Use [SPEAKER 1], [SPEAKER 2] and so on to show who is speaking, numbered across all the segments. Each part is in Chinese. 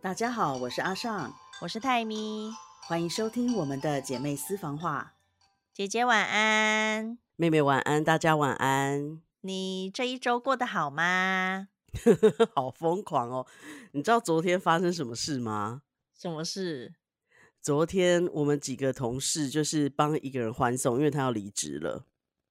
[SPEAKER 1] 大家好，我是阿尚，
[SPEAKER 2] 我是泰咪，
[SPEAKER 1] 欢迎收听我们的姐妹私房话。
[SPEAKER 2] 姐姐晚安。
[SPEAKER 1] 妹妹晚安，大家晚安。
[SPEAKER 2] 你这一周过得好吗？
[SPEAKER 1] 好疯狂哦！你知道昨天发生什么事吗？
[SPEAKER 2] 什么事？
[SPEAKER 1] 昨天我们几个同事就是帮一个人欢送，因为他要离职了。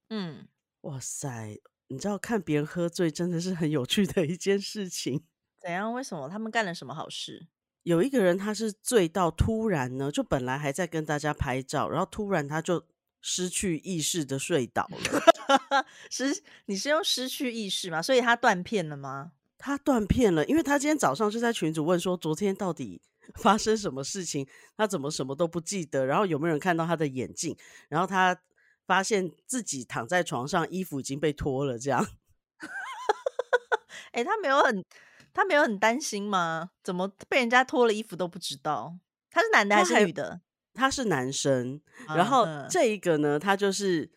[SPEAKER 2] 嗯，
[SPEAKER 1] 哇塞，你知道看别人喝醉真的是很有趣的一件事情。
[SPEAKER 2] 怎样？为什么他们干了什么好事？
[SPEAKER 1] 有一个人他是醉到突然呢，就本来还在跟大家拍照，然后突然他就失去意识的睡倒了，
[SPEAKER 2] 失你是用失去意识吗？所以他断片了吗？
[SPEAKER 1] 他断片了，因为他今天早上就在群主问说，昨天到底 发生什么事情，他怎么什么都不记得，然后有没有人看到他的眼镜，然后他发现自己躺在床上，衣服已经被脱了，这样。
[SPEAKER 2] 哎、他没有很，他没有很担心吗？怎么被人家脱了衣服都不知道？他是男的
[SPEAKER 1] 他
[SPEAKER 2] 还是
[SPEAKER 1] 还
[SPEAKER 2] 女的？
[SPEAKER 1] 他是男生，
[SPEAKER 2] 啊
[SPEAKER 1] 然后
[SPEAKER 2] 嗯
[SPEAKER 1] 这一个呢，他就是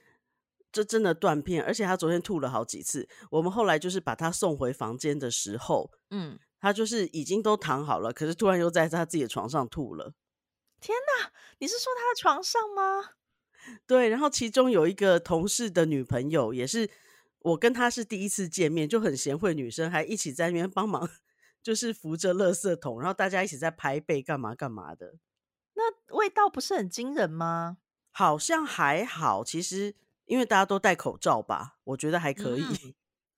[SPEAKER 1] 这真的断片，而且他昨天吐了好几次。我们后来就是把他送回房间的时候，
[SPEAKER 2] 嗯，
[SPEAKER 1] 他就是已经都躺好了，可是突然又在他自己的床上吐了。
[SPEAKER 2] 你是说他的床上吗？
[SPEAKER 1] 对，然后其中有一个同事的女朋友也是，我跟她是第一次见面，就很贤惠女生，还一起在那边帮忙， 就是扶着垃圾桶，然后大家一起在拍背干嘛干嘛的。
[SPEAKER 2] 那味道不是很惊人吗？
[SPEAKER 1] 好像还好，其实因为大家都戴口罩吧，我觉得还可以。
[SPEAKER 2] 嗯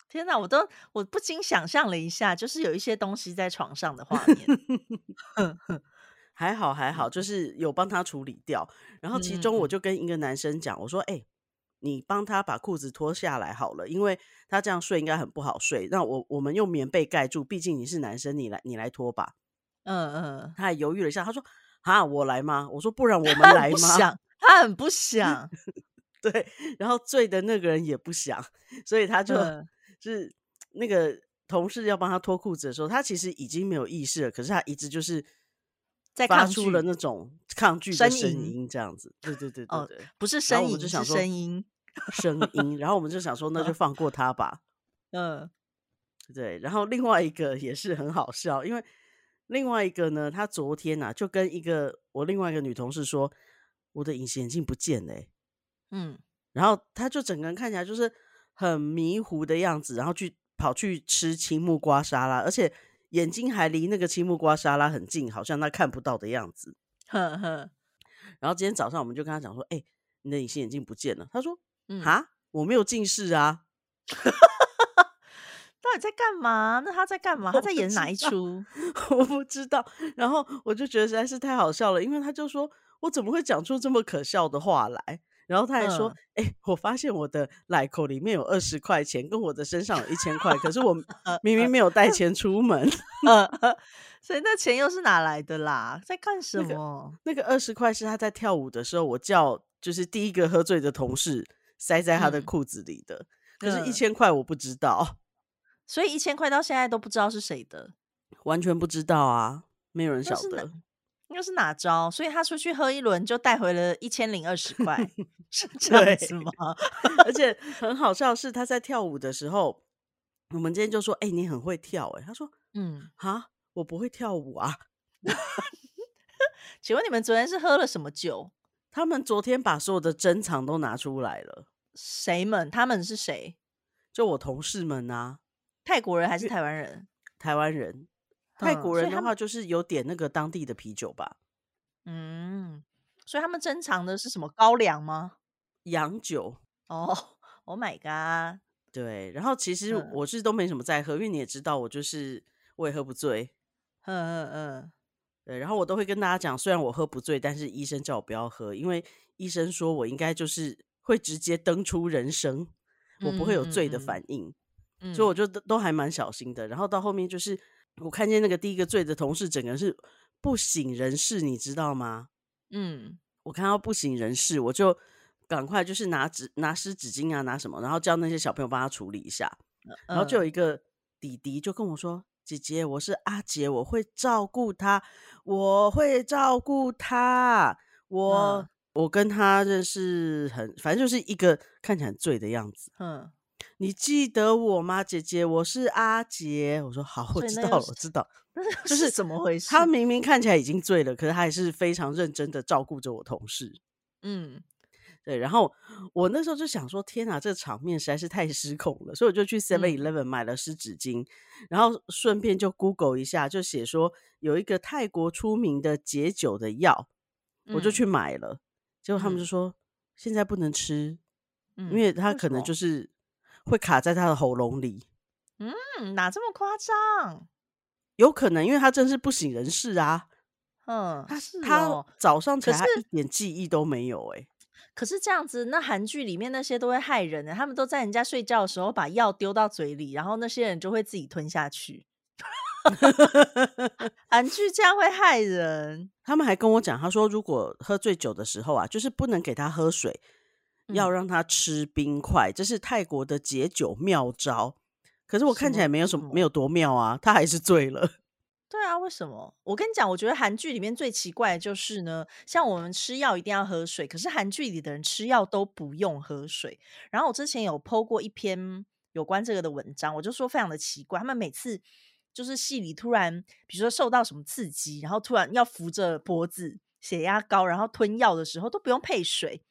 [SPEAKER 2] 天哪，我都我不禁想象了一下，就是有一些东西在床上的画面。
[SPEAKER 1] 还好还好，就是有帮他处理掉。然后其中我
[SPEAKER 2] 嗯
[SPEAKER 1] 就跟一个男生讲，我说：“哎、你帮他把裤子脱下来好了，因为他这样睡应该很不好睡。那我我们用棉被盖住，毕竟你是男生，你来你来脱吧。
[SPEAKER 2] 嗯嗯”，
[SPEAKER 1] 他还犹豫了一下，他说：“啊，我来吗？”我说：“不 然我们
[SPEAKER 2] 他
[SPEAKER 1] 来
[SPEAKER 2] 很不
[SPEAKER 1] 吗
[SPEAKER 2] 想，他 很不想，？”
[SPEAKER 1] 对，然后醉的那个人也不想，所以他就、
[SPEAKER 2] 嗯
[SPEAKER 1] 是那个同事要帮他脱裤子的时候，他其实已经没有意识了，可是他一直就是
[SPEAKER 2] 在
[SPEAKER 1] 发
[SPEAKER 2] 抗
[SPEAKER 1] 出了
[SPEAKER 2] 拒
[SPEAKER 1] 那种抗拒的
[SPEAKER 2] 呻
[SPEAKER 1] 声
[SPEAKER 2] 吟
[SPEAKER 1] 音，这样子。对对对对
[SPEAKER 2] 哦
[SPEAKER 1] 对。
[SPEAKER 2] 不是
[SPEAKER 1] 然
[SPEAKER 2] 声
[SPEAKER 1] 后我
[SPEAKER 2] 音
[SPEAKER 1] 们就想
[SPEAKER 2] 是
[SPEAKER 1] 说
[SPEAKER 2] 声音。
[SPEAKER 1] 声音，然后我们就想 说那就放过他吧。
[SPEAKER 2] 嗯
[SPEAKER 1] 对，然后另外一个也是很好笑，因为另外一个呢，他昨天啊就跟一个我另外一个女同事说，我的隐形眼镜不见了欸、
[SPEAKER 2] 嗯，
[SPEAKER 1] 然后他就整个人看起来就是很迷糊的样子，然后去跑去吃青木瓜沙拉，而且眼睛还离那个青木瓜沙拉很近，好像他看不到的样子。
[SPEAKER 2] 呵呵，
[SPEAKER 1] 然后今天早上我们就跟他讲说，哎、你的隐形眼镜不见了。他说，
[SPEAKER 2] 嗯，
[SPEAKER 1] 哈，我没有近视啊。
[SPEAKER 2] 到底在干嘛？那他在干嘛？
[SPEAKER 1] 我
[SPEAKER 2] 他在
[SPEAKER 1] 不
[SPEAKER 2] 演
[SPEAKER 1] 知
[SPEAKER 2] 哪一
[SPEAKER 1] 道
[SPEAKER 2] 出？
[SPEAKER 1] 我不知道。然后我就觉得实在是太好笑了，因为他就说我怎么会讲出这么可笑的话来？然后他还说
[SPEAKER 2] 嗯：“
[SPEAKER 1] 哎、我发现我的奶口里面有二十块钱，跟我的身上有一千块，可是我明明没有带钱出门。
[SPEAKER 2] 所以那钱又是哪来的啦？在干什
[SPEAKER 1] 那个
[SPEAKER 2] 么？
[SPEAKER 1] 那个二十块是他在跳舞的时候，我叫就是第一个喝醉的同事塞在他的
[SPEAKER 2] 嗯
[SPEAKER 1] 裤子里的。可是，一
[SPEAKER 2] 嗯
[SPEAKER 1] 千块我不知道，
[SPEAKER 2] 所以一千块到现在都不知道是谁的，
[SPEAKER 1] 完全不知道啊，没有人
[SPEAKER 2] 那
[SPEAKER 1] 晓
[SPEAKER 2] 是哪
[SPEAKER 1] 得。
[SPEAKER 2] 又是哪招？所以他出去喝一轮就带回了一千零二十 块，是这样子
[SPEAKER 1] 对
[SPEAKER 2] 吗？
[SPEAKER 1] 而且很好笑的是，他在跳舞的时候，我们今天就说：“哎、你很会跳、欸。”哎，他说
[SPEAKER 2] 嗯，：“
[SPEAKER 1] 啊，我不会跳舞啊。
[SPEAKER 2] 请问你们昨天是喝了什么酒？”
[SPEAKER 1] 他们昨天把所有的珍藏都拿出来了，
[SPEAKER 2] 谁们？他们是谁？
[SPEAKER 1] 就我同事们啊，
[SPEAKER 2] 泰国人还是台湾人？
[SPEAKER 1] 台湾人、泰
[SPEAKER 2] 嗯
[SPEAKER 1] 国
[SPEAKER 2] 所以
[SPEAKER 1] 人
[SPEAKER 2] 他
[SPEAKER 1] 的
[SPEAKER 2] 们
[SPEAKER 1] 话，就是有点那个当地的啤酒吧，
[SPEAKER 2] 嗯，所以他们珍藏的是 什么高粱吗？
[SPEAKER 1] 洋酒。
[SPEAKER 2] 哦，Oh my god！
[SPEAKER 1] 对，然后其实
[SPEAKER 2] 嗯
[SPEAKER 1] 我是都没什么在喝，因为你也知道，我就是我也喝不醉。
[SPEAKER 2] 嗯嗯嗯，
[SPEAKER 1] 对，然后我都会跟大家讲，虽然我喝不醉，但是医生叫我不要喝，因为医生说我应该就是会直接登出人生，我不会有
[SPEAKER 2] 嗯嗯
[SPEAKER 1] 醉的
[SPEAKER 2] 嗯
[SPEAKER 1] 反应，
[SPEAKER 2] 嗯
[SPEAKER 1] 所以我就都都还蛮小心的。然后到后面就是我看见那个第一个醉的同事，整个人是不省人事，你知道吗？
[SPEAKER 2] 嗯
[SPEAKER 1] 我看到不省人事，我就赶快就是拿纸拿湿纸巾啊，拿什么，然后叫那些小朋友帮他处理一下。然后就有
[SPEAKER 2] 嗯
[SPEAKER 1] 一个弟弟就跟我说：“姐姐，我是阿杰，我会照顾他，我会照顾他。我、
[SPEAKER 2] 嗯
[SPEAKER 1] 我跟他认识很，反正就是一个看起来很醉的样子。
[SPEAKER 2] 嗯
[SPEAKER 1] 你记得我吗，姐姐？我是阿杰。”我说：“好，我
[SPEAKER 2] 所以
[SPEAKER 1] 知
[SPEAKER 2] 那
[SPEAKER 1] 道
[SPEAKER 2] 又
[SPEAKER 1] 了，
[SPEAKER 2] 是
[SPEAKER 1] 我知 道。”
[SPEAKER 2] 就
[SPEAKER 1] 就是
[SPEAKER 2] 是怎么回事？
[SPEAKER 1] 他明明看起来已经醉了，可是他还是非常认真的照顾着我同事。
[SPEAKER 2] 嗯，
[SPEAKER 1] 对，然后我那时候就想说，天啊哪，这个场面实在是太失控了，所以我
[SPEAKER 2] 嗯
[SPEAKER 1] 就去 Seven Eleven 买了湿纸巾，然后顺便就 Google 一下，就写说有一个泰国出名的解酒的药，我就
[SPEAKER 2] 嗯
[SPEAKER 1] 去，买了。结果他们就
[SPEAKER 2] 嗯
[SPEAKER 1] 说现在不能吃，
[SPEAKER 2] 因
[SPEAKER 1] 因为它可能
[SPEAKER 2] 是。
[SPEAKER 1] 就是会卡在他的喉咙里，
[SPEAKER 2] 嗯，哪这么夸张？
[SPEAKER 1] 有可能因为他真是不省人事啊，
[SPEAKER 2] 嗯，
[SPEAKER 1] 他
[SPEAKER 2] 是
[SPEAKER 1] 他
[SPEAKER 2] 哦。
[SPEAKER 1] 早上起
[SPEAKER 2] 可
[SPEAKER 1] 来他
[SPEAKER 2] 是
[SPEAKER 1] 一点记忆都没有、欸，
[SPEAKER 2] 可是这样子，那韩剧里面那些都会害人欸的，他们都在人家睡觉的时候把药丢到嘴里，然后那些人就会自己吞下去。 韩剧这样会害人，
[SPEAKER 1] 他们还跟我讲，他说如果喝醉酒的时候啊，就是不能给他喝水，要
[SPEAKER 2] 嗯
[SPEAKER 1] 让他吃冰块，这是泰国的解酒妙招。可是我
[SPEAKER 2] 什
[SPEAKER 1] 看起
[SPEAKER 2] 么
[SPEAKER 1] 来没有
[SPEAKER 2] 什
[SPEAKER 1] 什么，
[SPEAKER 2] 么
[SPEAKER 1] 没有多妙啊，他还是醉了。
[SPEAKER 2] 对啊，为什么？我跟你讲，我觉得韩剧里面最奇怪的就是呢，像我们吃药一定要喝水，可是韩剧里的人吃药都不用喝水。然后我之前有 PO 过一篇有关这个的文章，我就说非常的奇怪，他们每次就是戏里突然，比如说受到什么刺激，然后突然要扶着脖子、血压高，然后吞药的时候都不用配水。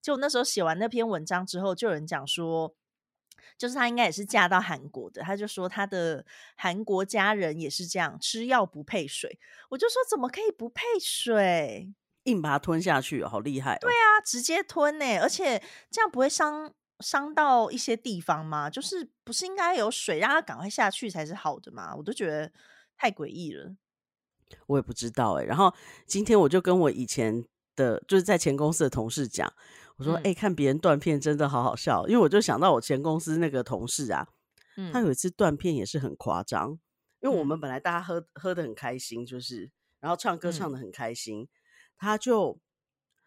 [SPEAKER 2] 就那时候写完那篇文章之后，就有人讲说，就是她应该也是嫁到韩国的，她就说她的韩国家人也是这样，吃药不配水。我就说怎么可以不配水？
[SPEAKER 1] 硬把它吞下去哦，好厉害、哦！对啊，
[SPEAKER 2] 啊，直接吞呢、而且这样不会伤伤到一些地方吗？就是不是应该有水让它赶快下去才是好的吗？我都觉得太诡异了。
[SPEAKER 1] 我也不知道哎、然后今天我就跟我以前的，就是在前公司的同事讲，我说：“哎、
[SPEAKER 2] 嗯
[SPEAKER 1] 看别人断片真的好好笑。”因为我就想到我前公司那个同事啊，他
[SPEAKER 2] 嗯
[SPEAKER 1] 有一次断片也是很夸张，因为我
[SPEAKER 2] 嗯
[SPEAKER 1] 们本来大家喝喝的很开心，就是然后唱歌唱
[SPEAKER 2] 嗯
[SPEAKER 1] 的很开心，他就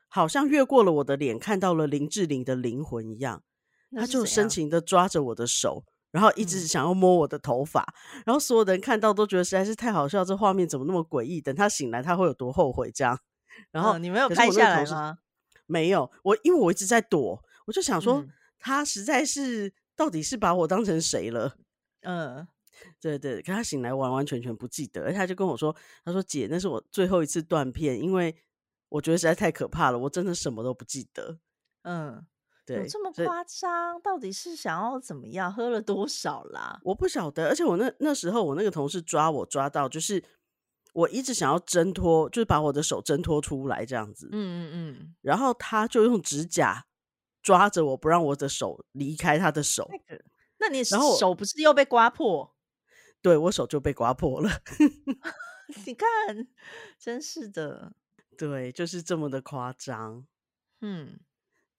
[SPEAKER 1] 好像越过了我的脸，看到了林志玲的灵魂一样，
[SPEAKER 2] 那
[SPEAKER 1] 他
[SPEAKER 2] 是
[SPEAKER 1] 就
[SPEAKER 2] 怎
[SPEAKER 1] 深
[SPEAKER 2] 样
[SPEAKER 1] 情的抓着我的手。然后一直
[SPEAKER 2] 嗯
[SPEAKER 1] 想要摸我的头发，然后所有的人看到都觉得实在是太好笑，这画面怎么那么诡异？等他醒来，他会有多后悔这样？然后、
[SPEAKER 2] 嗯你没有
[SPEAKER 1] 可是
[SPEAKER 2] 拍
[SPEAKER 1] 我那个
[SPEAKER 2] 下来
[SPEAKER 1] 同事
[SPEAKER 2] 吗？
[SPEAKER 1] 没有，我因为我一直在躲，我就想说、
[SPEAKER 2] 嗯
[SPEAKER 1] 他实在是到底是把我当成谁了？
[SPEAKER 2] 嗯，
[SPEAKER 1] 对对，可他醒来完完全全不记得，而且他就跟我说：“他说姐，那是我最后一次断片，因为我觉得实在太可怕了，我真的什么都不记得。”
[SPEAKER 2] 嗯，有
[SPEAKER 1] 对，
[SPEAKER 2] 这么
[SPEAKER 1] 所以
[SPEAKER 2] 夸张？到底是想要怎么样？喝了多少啦？
[SPEAKER 1] 我不晓得，而且我那那时候我那个同事抓我抓到，就是我一直想要挣脱，就是把我的手挣脱出来这样子，
[SPEAKER 2] 嗯嗯嗯，
[SPEAKER 1] 然后他就用指甲抓着我，不让我的手离开他的手，
[SPEAKER 2] 那个，那你
[SPEAKER 1] 然后我
[SPEAKER 2] 手不是又被刮破？
[SPEAKER 1] 对我手就被刮破了。
[SPEAKER 2] 你看，真是的，
[SPEAKER 1] 对，就是这么的夸张。
[SPEAKER 2] 嗯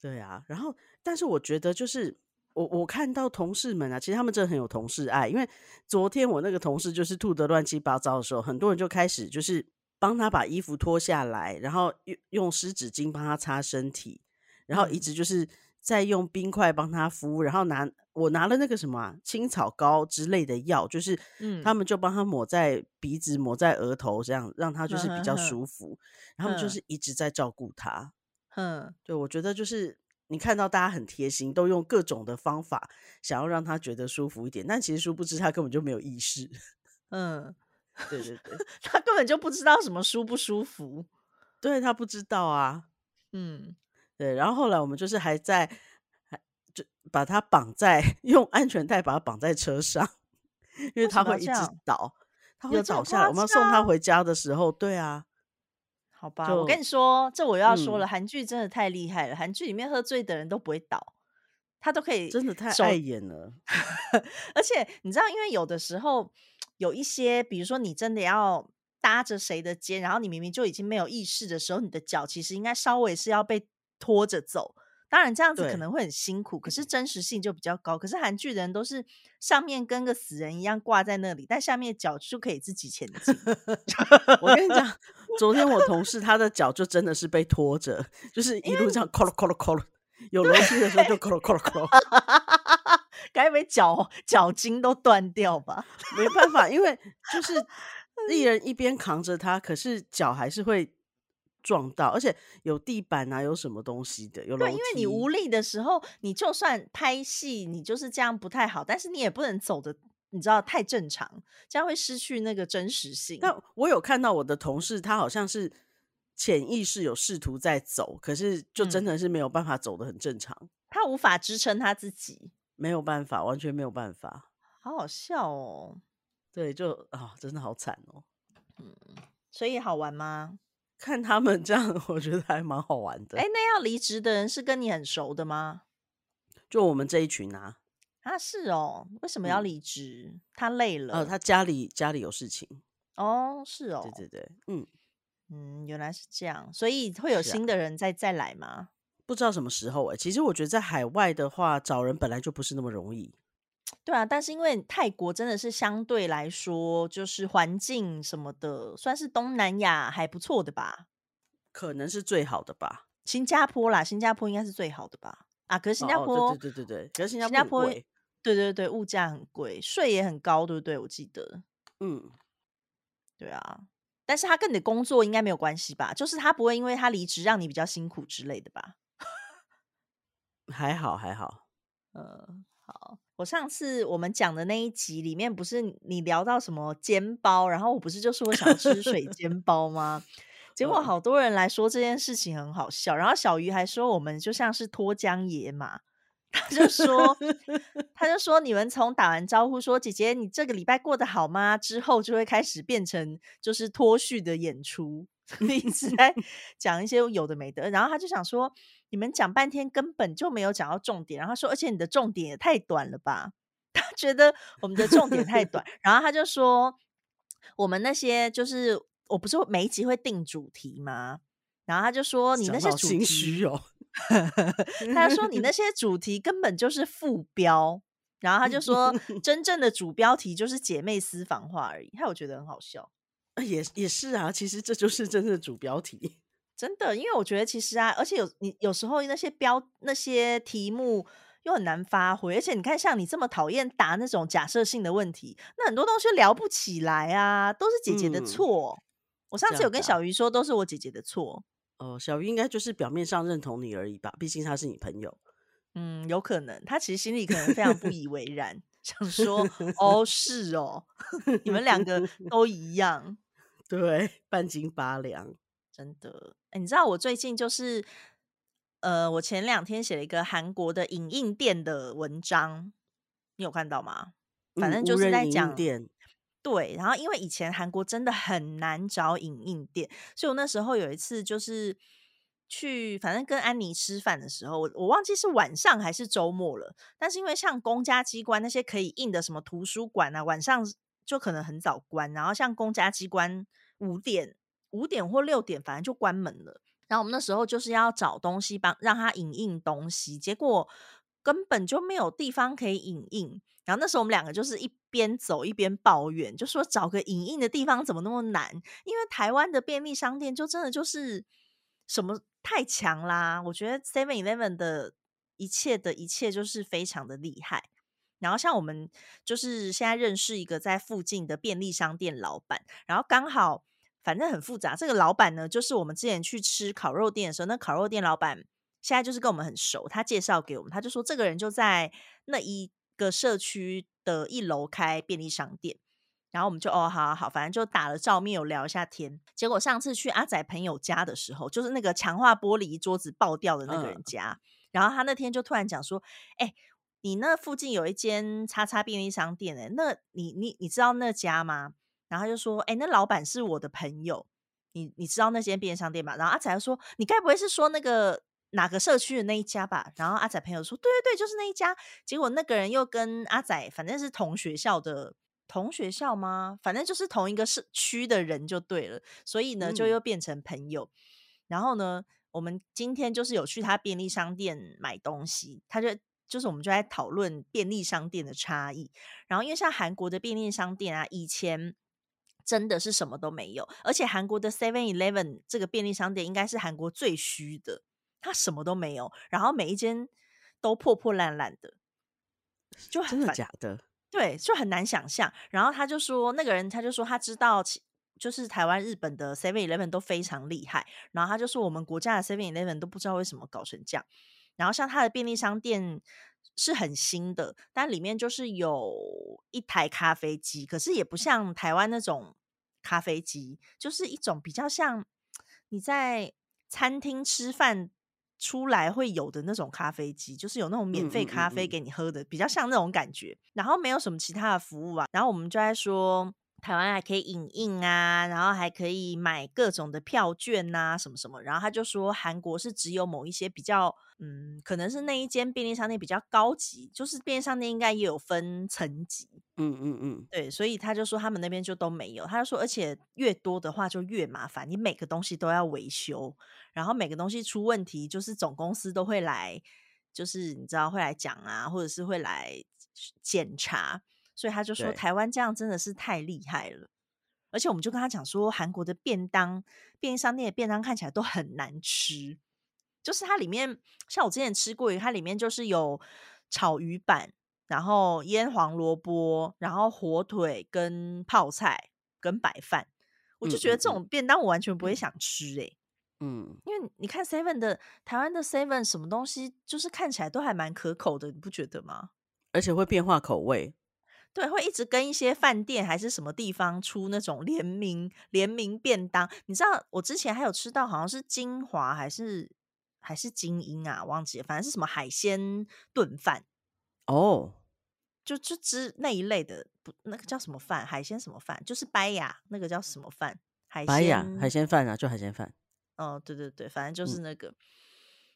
[SPEAKER 1] 对啊，然后但是我觉得就是我我看到同事们啊，其实他们真的很有同事爱，因为昨天我那个同事就是吐得乱七八糟的时候，很多人就开始就是帮他把衣服脱下来，然后用用湿纸巾帮他擦身体，然后一
[SPEAKER 2] 嗯
[SPEAKER 1] 直就是在用冰块帮他敷，然后拿我拿了那个什么、啊、青草膏之类的药，就是
[SPEAKER 2] 嗯
[SPEAKER 1] 他们就帮他抹在鼻子、抹在额头，这样让他就是比较
[SPEAKER 2] 嗯哼哼嗯
[SPEAKER 1] 舒服，然后他们就
[SPEAKER 2] 哼
[SPEAKER 1] 是一直在照顾他。
[SPEAKER 2] 哼，
[SPEAKER 1] 对，我觉得就是你看到大家很贴心，都用各种的方法想要让他觉得舒服一点，但其实殊不知他根本就没有意识。
[SPEAKER 2] 嗯，
[SPEAKER 1] 对对对，
[SPEAKER 2] 他根本就不知道什么舒不舒服，
[SPEAKER 1] 对他不知道啊。
[SPEAKER 2] 嗯，
[SPEAKER 1] 对，然后后来我们就是还在，还就把他绑在 用安全带把他绑在车上，因为
[SPEAKER 2] 为什
[SPEAKER 1] 他
[SPEAKER 2] 么要
[SPEAKER 1] 会一
[SPEAKER 2] 这
[SPEAKER 1] 直
[SPEAKER 2] 样
[SPEAKER 1] 倒，他
[SPEAKER 2] 有
[SPEAKER 1] 会
[SPEAKER 2] 这么
[SPEAKER 1] 倒下来。
[SPEAKER 2] 夸
[SPEAKER 1] 我们要送他
[SPEAKER 2] 张
[SPEAKER 1] 回家的时候，对啊，
[SPEAKER 2] 好吧，我跟
[SPEAKER 1] 就
[SPEAKER 2] 你说，这我又要说
[SPEAKER 1] 嗯
[SPEAKER 2] 了，韩剧真的太厉害了，韩剧里面喝醉的人都不会倒，他都可以
[SPEAKER 1] 真的太
[SPEAKER 2] 手
[SPEAKER 1] 碍眼了。
[SPEAKER 2] 而且你知道，因为有的时候有一些，比如说你真的要搭着谁的肩，然后你明明就已经没有意识的时候，你的脚其实应该稍微是要被拖着走。当然这样子可
[SPEAKER 1] 对
[SPEAKER 2] 能会很辛苦，可是真实性就比较高。可是韩剧的人都是上面跟个死人一样挂在那里，但下面脚就可以自己前进。
[SPEAKER 1] 我跟你讲， 昨天我同事他的脚就真的是被拖着，就是一路这样咯咯咯咯咯咯，有楼梯的时候就咯咯咯咯咯，
[SPEAKER 2] 该不会脚脚筋都断掉吧？
[SPEAKER 1] 没
[SPEAKER 2] 哎
[SPEAKER 1] 办法，因为就是一人一边扛着他，可是脚还是会撞到，而且有地板啊，有什么东西的，有楼
[SPEAKER 2] 对，
[SPEAKER 1] 梯。
[SPEAKER 2] 因为你无力的时候，你就算拍戏，你就是这样不太好，但是你也不能走的，你知道太正常，这样会失去那个真实性。
[SPEAKER 1] 但我有看到我的同事，他好像是潜意识有试图在走，可是就真
[SPEAKER 2] 嗯
[SPEAKER 1] 的是没有办法走的很正常，
[SPEAKER 2] 他无法支撑他自己，
[SPEAKER 1] 没有办法，完全没有办法。
[SPEAKER 2] 好好笑哦。
[SPEAKER 1] 对，就啊、真的好惨哦。
[SPEAKER 2] 所以好玩吗？
[SPEAKER 1] 看他们这样，我觉得还蛮好玩的。
[SPEAKER 2] 哎、那要离职的人是跟你很熟的吗？
[SPEAKER 1] 就我们这一群啊，
[SPEAKER 2] 啊，是哦。为什么要
[SPEAKER 1] 嗯
[SPEAKER 2] 离职？他累了。
[SPEAKER 1] 呃，他家里家里有事情，
[SPEAKER 2] 哦，是哦。
[SPEAKER 1] 对对对，嗯，
[SPEAKER 2] 嗯，原来是这样，所以会有
[SPEAKER 1] 是啊
[SPEAKER 2] 新的人再再来吗？
[SPEAKER 1] 不知道什么时候哎、其实我觉得在海外的话，找人本来就不是那么容易。
[SPEAKER 2] 对啊，但是因为泰国真的是相对来说，就是环境什么的，算是东南亚还不错的吧。
[SPEAKER 1] 可能是最好的吧。
[SPEAKER 2] 新加坡啦，新加坡应该是最好的吧？啊，可是新加
[SPEAKER 1] 哦哦
[SPEAKER 2] 坡，
[SPEAKER 1] 对对对对对，可是新加
[SPEAKER 2] 新
[SPEAKER 1] 坡
[SPEAKER 2] 加
[SPEAKER 1] 很
[SPEAKER 2] 坡
[SPEAKER 1] 贵
[SPEAKER 2] 对对对，物价很贵，税也很高，对不对？我记得，
[SPEAKER 1] 嗯，
[SPEAKER 2] 对啊。但是他跟你的工作应该没有关系吧？就是他不会因为他离职让你比较辛苦之类的吧？
[SPEAKER 1] 还好还好。
[SPEAKER 2] 呃，好，我上次我们讲的那一集里面，不是你聊到什么煎包，然后我不是就说我想要吃水煎包吗？结果
[SPEAKER 1] 嗯
[SPEAKER 2] 好多人来说这件事情很好笑，然后小鱼还说我们就像是脱缰野马，他就说他就说你们从打完招呼说姐姐你这个礼拜过得好吗之后，就会开始变成就是脱序的演出， 一直在讲一些有的没的，然后他就想说你们讲半天根本就没有讲到重点，然后他说而且你的重点也太短了吧， 他觉得我们的重点太短，然后他就说我们那些就是我不是每一集会定主题吗？然后他就说哦你
[SPEAKER 1] 想
[SPEAKER 2] 那些
[SPEAKER 1] 到
[SPEAKER 2] 主
[SPEAKER 1] 心
[SPEAKER 2] 题
[SPEAKER 1] 虚哦，
[SPEAKER 2] 他说你那些主题根本就是副标，然后他 就说真正的主标题就是姐妹私房话而已。害我觉得很好笑，
[SPEAKER 1] 也也是啊，其实这就是真正的主标题。
[SPEAKER 2] 真的，因为我觉得其实啊，而且有你有时候那些标那些题目。又很难发挥，而且你看，像你这么讨厌答那种假设性的问题，那很多东西都聊不起来啊，都是姐姐的
[SPEAKER 1] 嗯
[SPEAKER 2] 错。我上
[SPEAKER 1] 这
[SPEAKER 2] 次有
[SPEAKER 1] 样
[SPEAKER 2] 跟
[SPEAKER 1] 子啊
[SPEAKER 2] 小鱼说，都是我姐姐的错。
[SPEAKER 1] 哦，小鱼应该就是表面上认同你而已吧，毕竟他是你朋友。
[SPEAKER 2] 嗯，有可能，他其实心里可能非常不以为然，想 说：“哦，是哦， 你们两个都一样。
[SPEAKER 1] 对，半斤八两。”
[SPEAKER 2] 真的，诶你知道我最近就是，呃，我前两天写了一个韩国的影印店的文章，你有看到吗？反
[SPEAKER 1] 嗯
[SPEAKER 2] 正
[SPEAKER 1] 无
[SPEAKER 2] 就是
[SPEAKER 1] 人
[SPEAKER 2] 在
[SPEAKER 1] 影印
[SPEAKER 2] 讲
[SPEAKER 1] 店，
[SPEAKER 2] 对，然后因为以前韩国真的很难找影印店，所以我那时候有一次就是去，反正跟安妮吃饭的时候，我我忘记是晚上还是周末了。但是因为像公家机关那些可以印的什么图书馆啊，晚上就可能很早关，然后像公家机关五点、五点或六点，反正就关门了。然后我们那时候就是要找东西帮让他影印东西，结果根本就没有地方可以影印，然后那时候我们两个就是一边走一边抱怨，就说找个影印的地方怎么那么难？因为台湾的便利商店就真的就是什么太强啦，我觉得 Seven Eleven 的一切的一切就是非常的厉害。然后像我们就是现在认识一个在附近的便利商店老板，然后刚好反正很复杂，这个老板呢，就是我们之前去吃烤肉店的时候，那烤肉店老板现在就是跟我们很熟，他介绍给我们，他就说这个人就在那一个社区的一楼开便利商店。然后我们就哦，好好好，反正就打了照面，有聊一下天。结果上次去阿仔朋友家的时候，就是那个强化玻璃桌子爆掉的那
[SPEAKER 1] 嗯
[SPEAKER 2] 个人家，然后他那天就突然讲说：“哎、你那附近有一间叉叉便利商店、欸，那你你你知道那家吗？”然后他就说：“哎、那老板是我的朋友，你你知道那间便利商店吧？”然后阿仔就说：“你该不会是说那个哪个社区的那一家吧？”然后阿仔朋友说：“对对对，就是那一家。”结果那个人又跟阿仔，反正是同学校的。同学校吗？反正就是同一个社区的人就对了，所以呢，就
[SPEAKER 1] 嗯
[SPEAKER 2] 又变成朋友。然后呢，我们今天就是有去他便利商店买东西，他就就是我们就在讨论便利商店的差异。然后因为像韩国的便利商店啊，以前真的是什么都没有，而且韩国的 Seven Eleven 这个便利商店应该是韩国最虚的，它什么都没有，然后每一间都破破烂烂的，就很
[SPEAKER 1] 真的
[SPEAKER 2] 烦
[SPEAKER 1] 假的？
[SPEAKER 2] 对，就很难想象。然后他就说，那个人他就说他知道其就是台湾、日本的 Seven Eleven 都非常厉害，然后他就说我们国家的 Seven Eleven 都不知道为什么搞成这样。然后像它的便利商店是很新的，但里面就是有一台咖啡机，可是也
[SPEAKER 1] 嗯
[SPEAKER 2] 不像台湾那种咖啡机，就是一种比较像你在餐厅吃饭出来会有的那种咖啡机，就是有那种免
[SPEAKER 1] 嗯
[SPEAKER 2] 费
[SPEAKER 1] 嗯
[SPEAKER 2] 咖
[SPEAKER 1] 嗯
[SPEAKER 2] 啡
[SPEAKER 1] 嗯
[SPEAKER 2] 给你喝的，比较像那种感觉。然后没有什么其他的服务啊，然后我们就在说。台湾还可以影印啊，然后还可以买各种的票券呐、什么什么。然后他就说，韩国是只有某一些比较，嗯，可能是那一间便利商店比较高级，就是便利商店应该也有分层级，
[SPEAKER 1] 嗯嗯嗯，
[SPEAKER 2] 对，所以他就说他们那边就都没有。他就说，而且越多的话就越麻烦，你每个东西都要维修，然后每个东西出问题，就是总公司都会来，就是你知道会来讲啊，或者是会来检查。所以他就说，
[SPEAKER 1] 对
[SPEAKER 2] 台湾这样真的是太厉害了。而且我们就跟他讲说，韩国的便当便利商店的便当看起来都很难吃，就是它里面像我之前吃过一个，它里面就是有炒鱼板，然后腌黄萝卜，然后火腿跟泡菜跟白饭，我
[SPEAKER 1] 嗯
[SPEAKER 2] 就觉得
[SPEAKER 1] 嗯
[SPEAKER 2] 这
[SPEAKER 1] 嗯
[SPEAKER 2] 种便当我完全不会想吃诶、
[SPEAKER 1] 嗯，
[SPEAKER 2] 因为你看 Seven 的台湾的 Seven 什么东西，就是看起来都还蛮可口的，你不觉得吗？
[SPEAKER 1] 而且会变化口味。
[SPEAKER 2] 对，会一直跟一些饭店还是什么地方出那种联名联名便当。你知道我之前还有吃到，好像是金华还是还是精英啊，忘记了，反正是什么海鲜炖饭，
[SPEAKER 1] 哦，
[SPEAKER 2] 就就之那一类的，不那个叫
[SPEAKER 1] 嗯
[SPEAKER 2] 什么饭，海鲜什么饭，就是白雅那个叫什么饭，海
[SPEAKER 1] 白雅
[SPEAKER 2] 鲜
[SPEAKER 1] 海鲜饭啊，就海鲜饭。
[SPEAKER 2] 哦，对对对，反正就
[SPEAKER 1] 嗯
[SPEAKER 2] 是那个，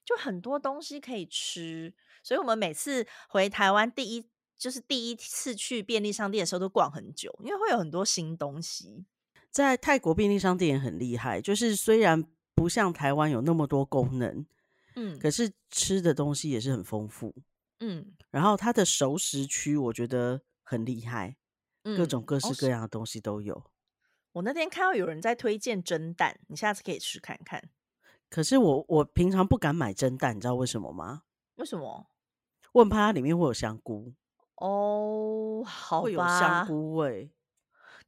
[SPEAKER 2] 就很多东西可以吃，所以我们每次回台湾第一就是第一次去便利商店的时候都逛很久，因为会有很多新东西。
[SPEAKER 1] 在泰国便利商店也很厉害，就是虽然不像台湾有那么多功能，
[SPEAKER 2] 嗯
[SPEAKER 1] 可是吃的东西也是很丰富。
[SPEAKER 2] 嗯
[SPEAKER 1] 然后它的熟食区我觉得很厉害，
[SPEAKER 2] 嗯，
[SPEAKER 1] 各种各
[SPEAKER 2] 哦
[SPEAKER 1] 式
[SPEAKER 2] 是
[SPEAKER 1] 各样的东西都有。
[SPEAKER 2] 我那天看到有人在推荐蒸蛋，你下次可以吃看看。
[SPEAKER 1] 可是我我平常不敢买蒸蛋，你知道为什么吗？
[SPEAKER 2] 为什么？
[SPEAKER 1] 我很怕它里面会有香菇，
[SPEAKER 2] 哦，好
[SPEAKER 1] 会有
[SPEAKER 2] 吧
[SPEAKER 1] 香，菇味。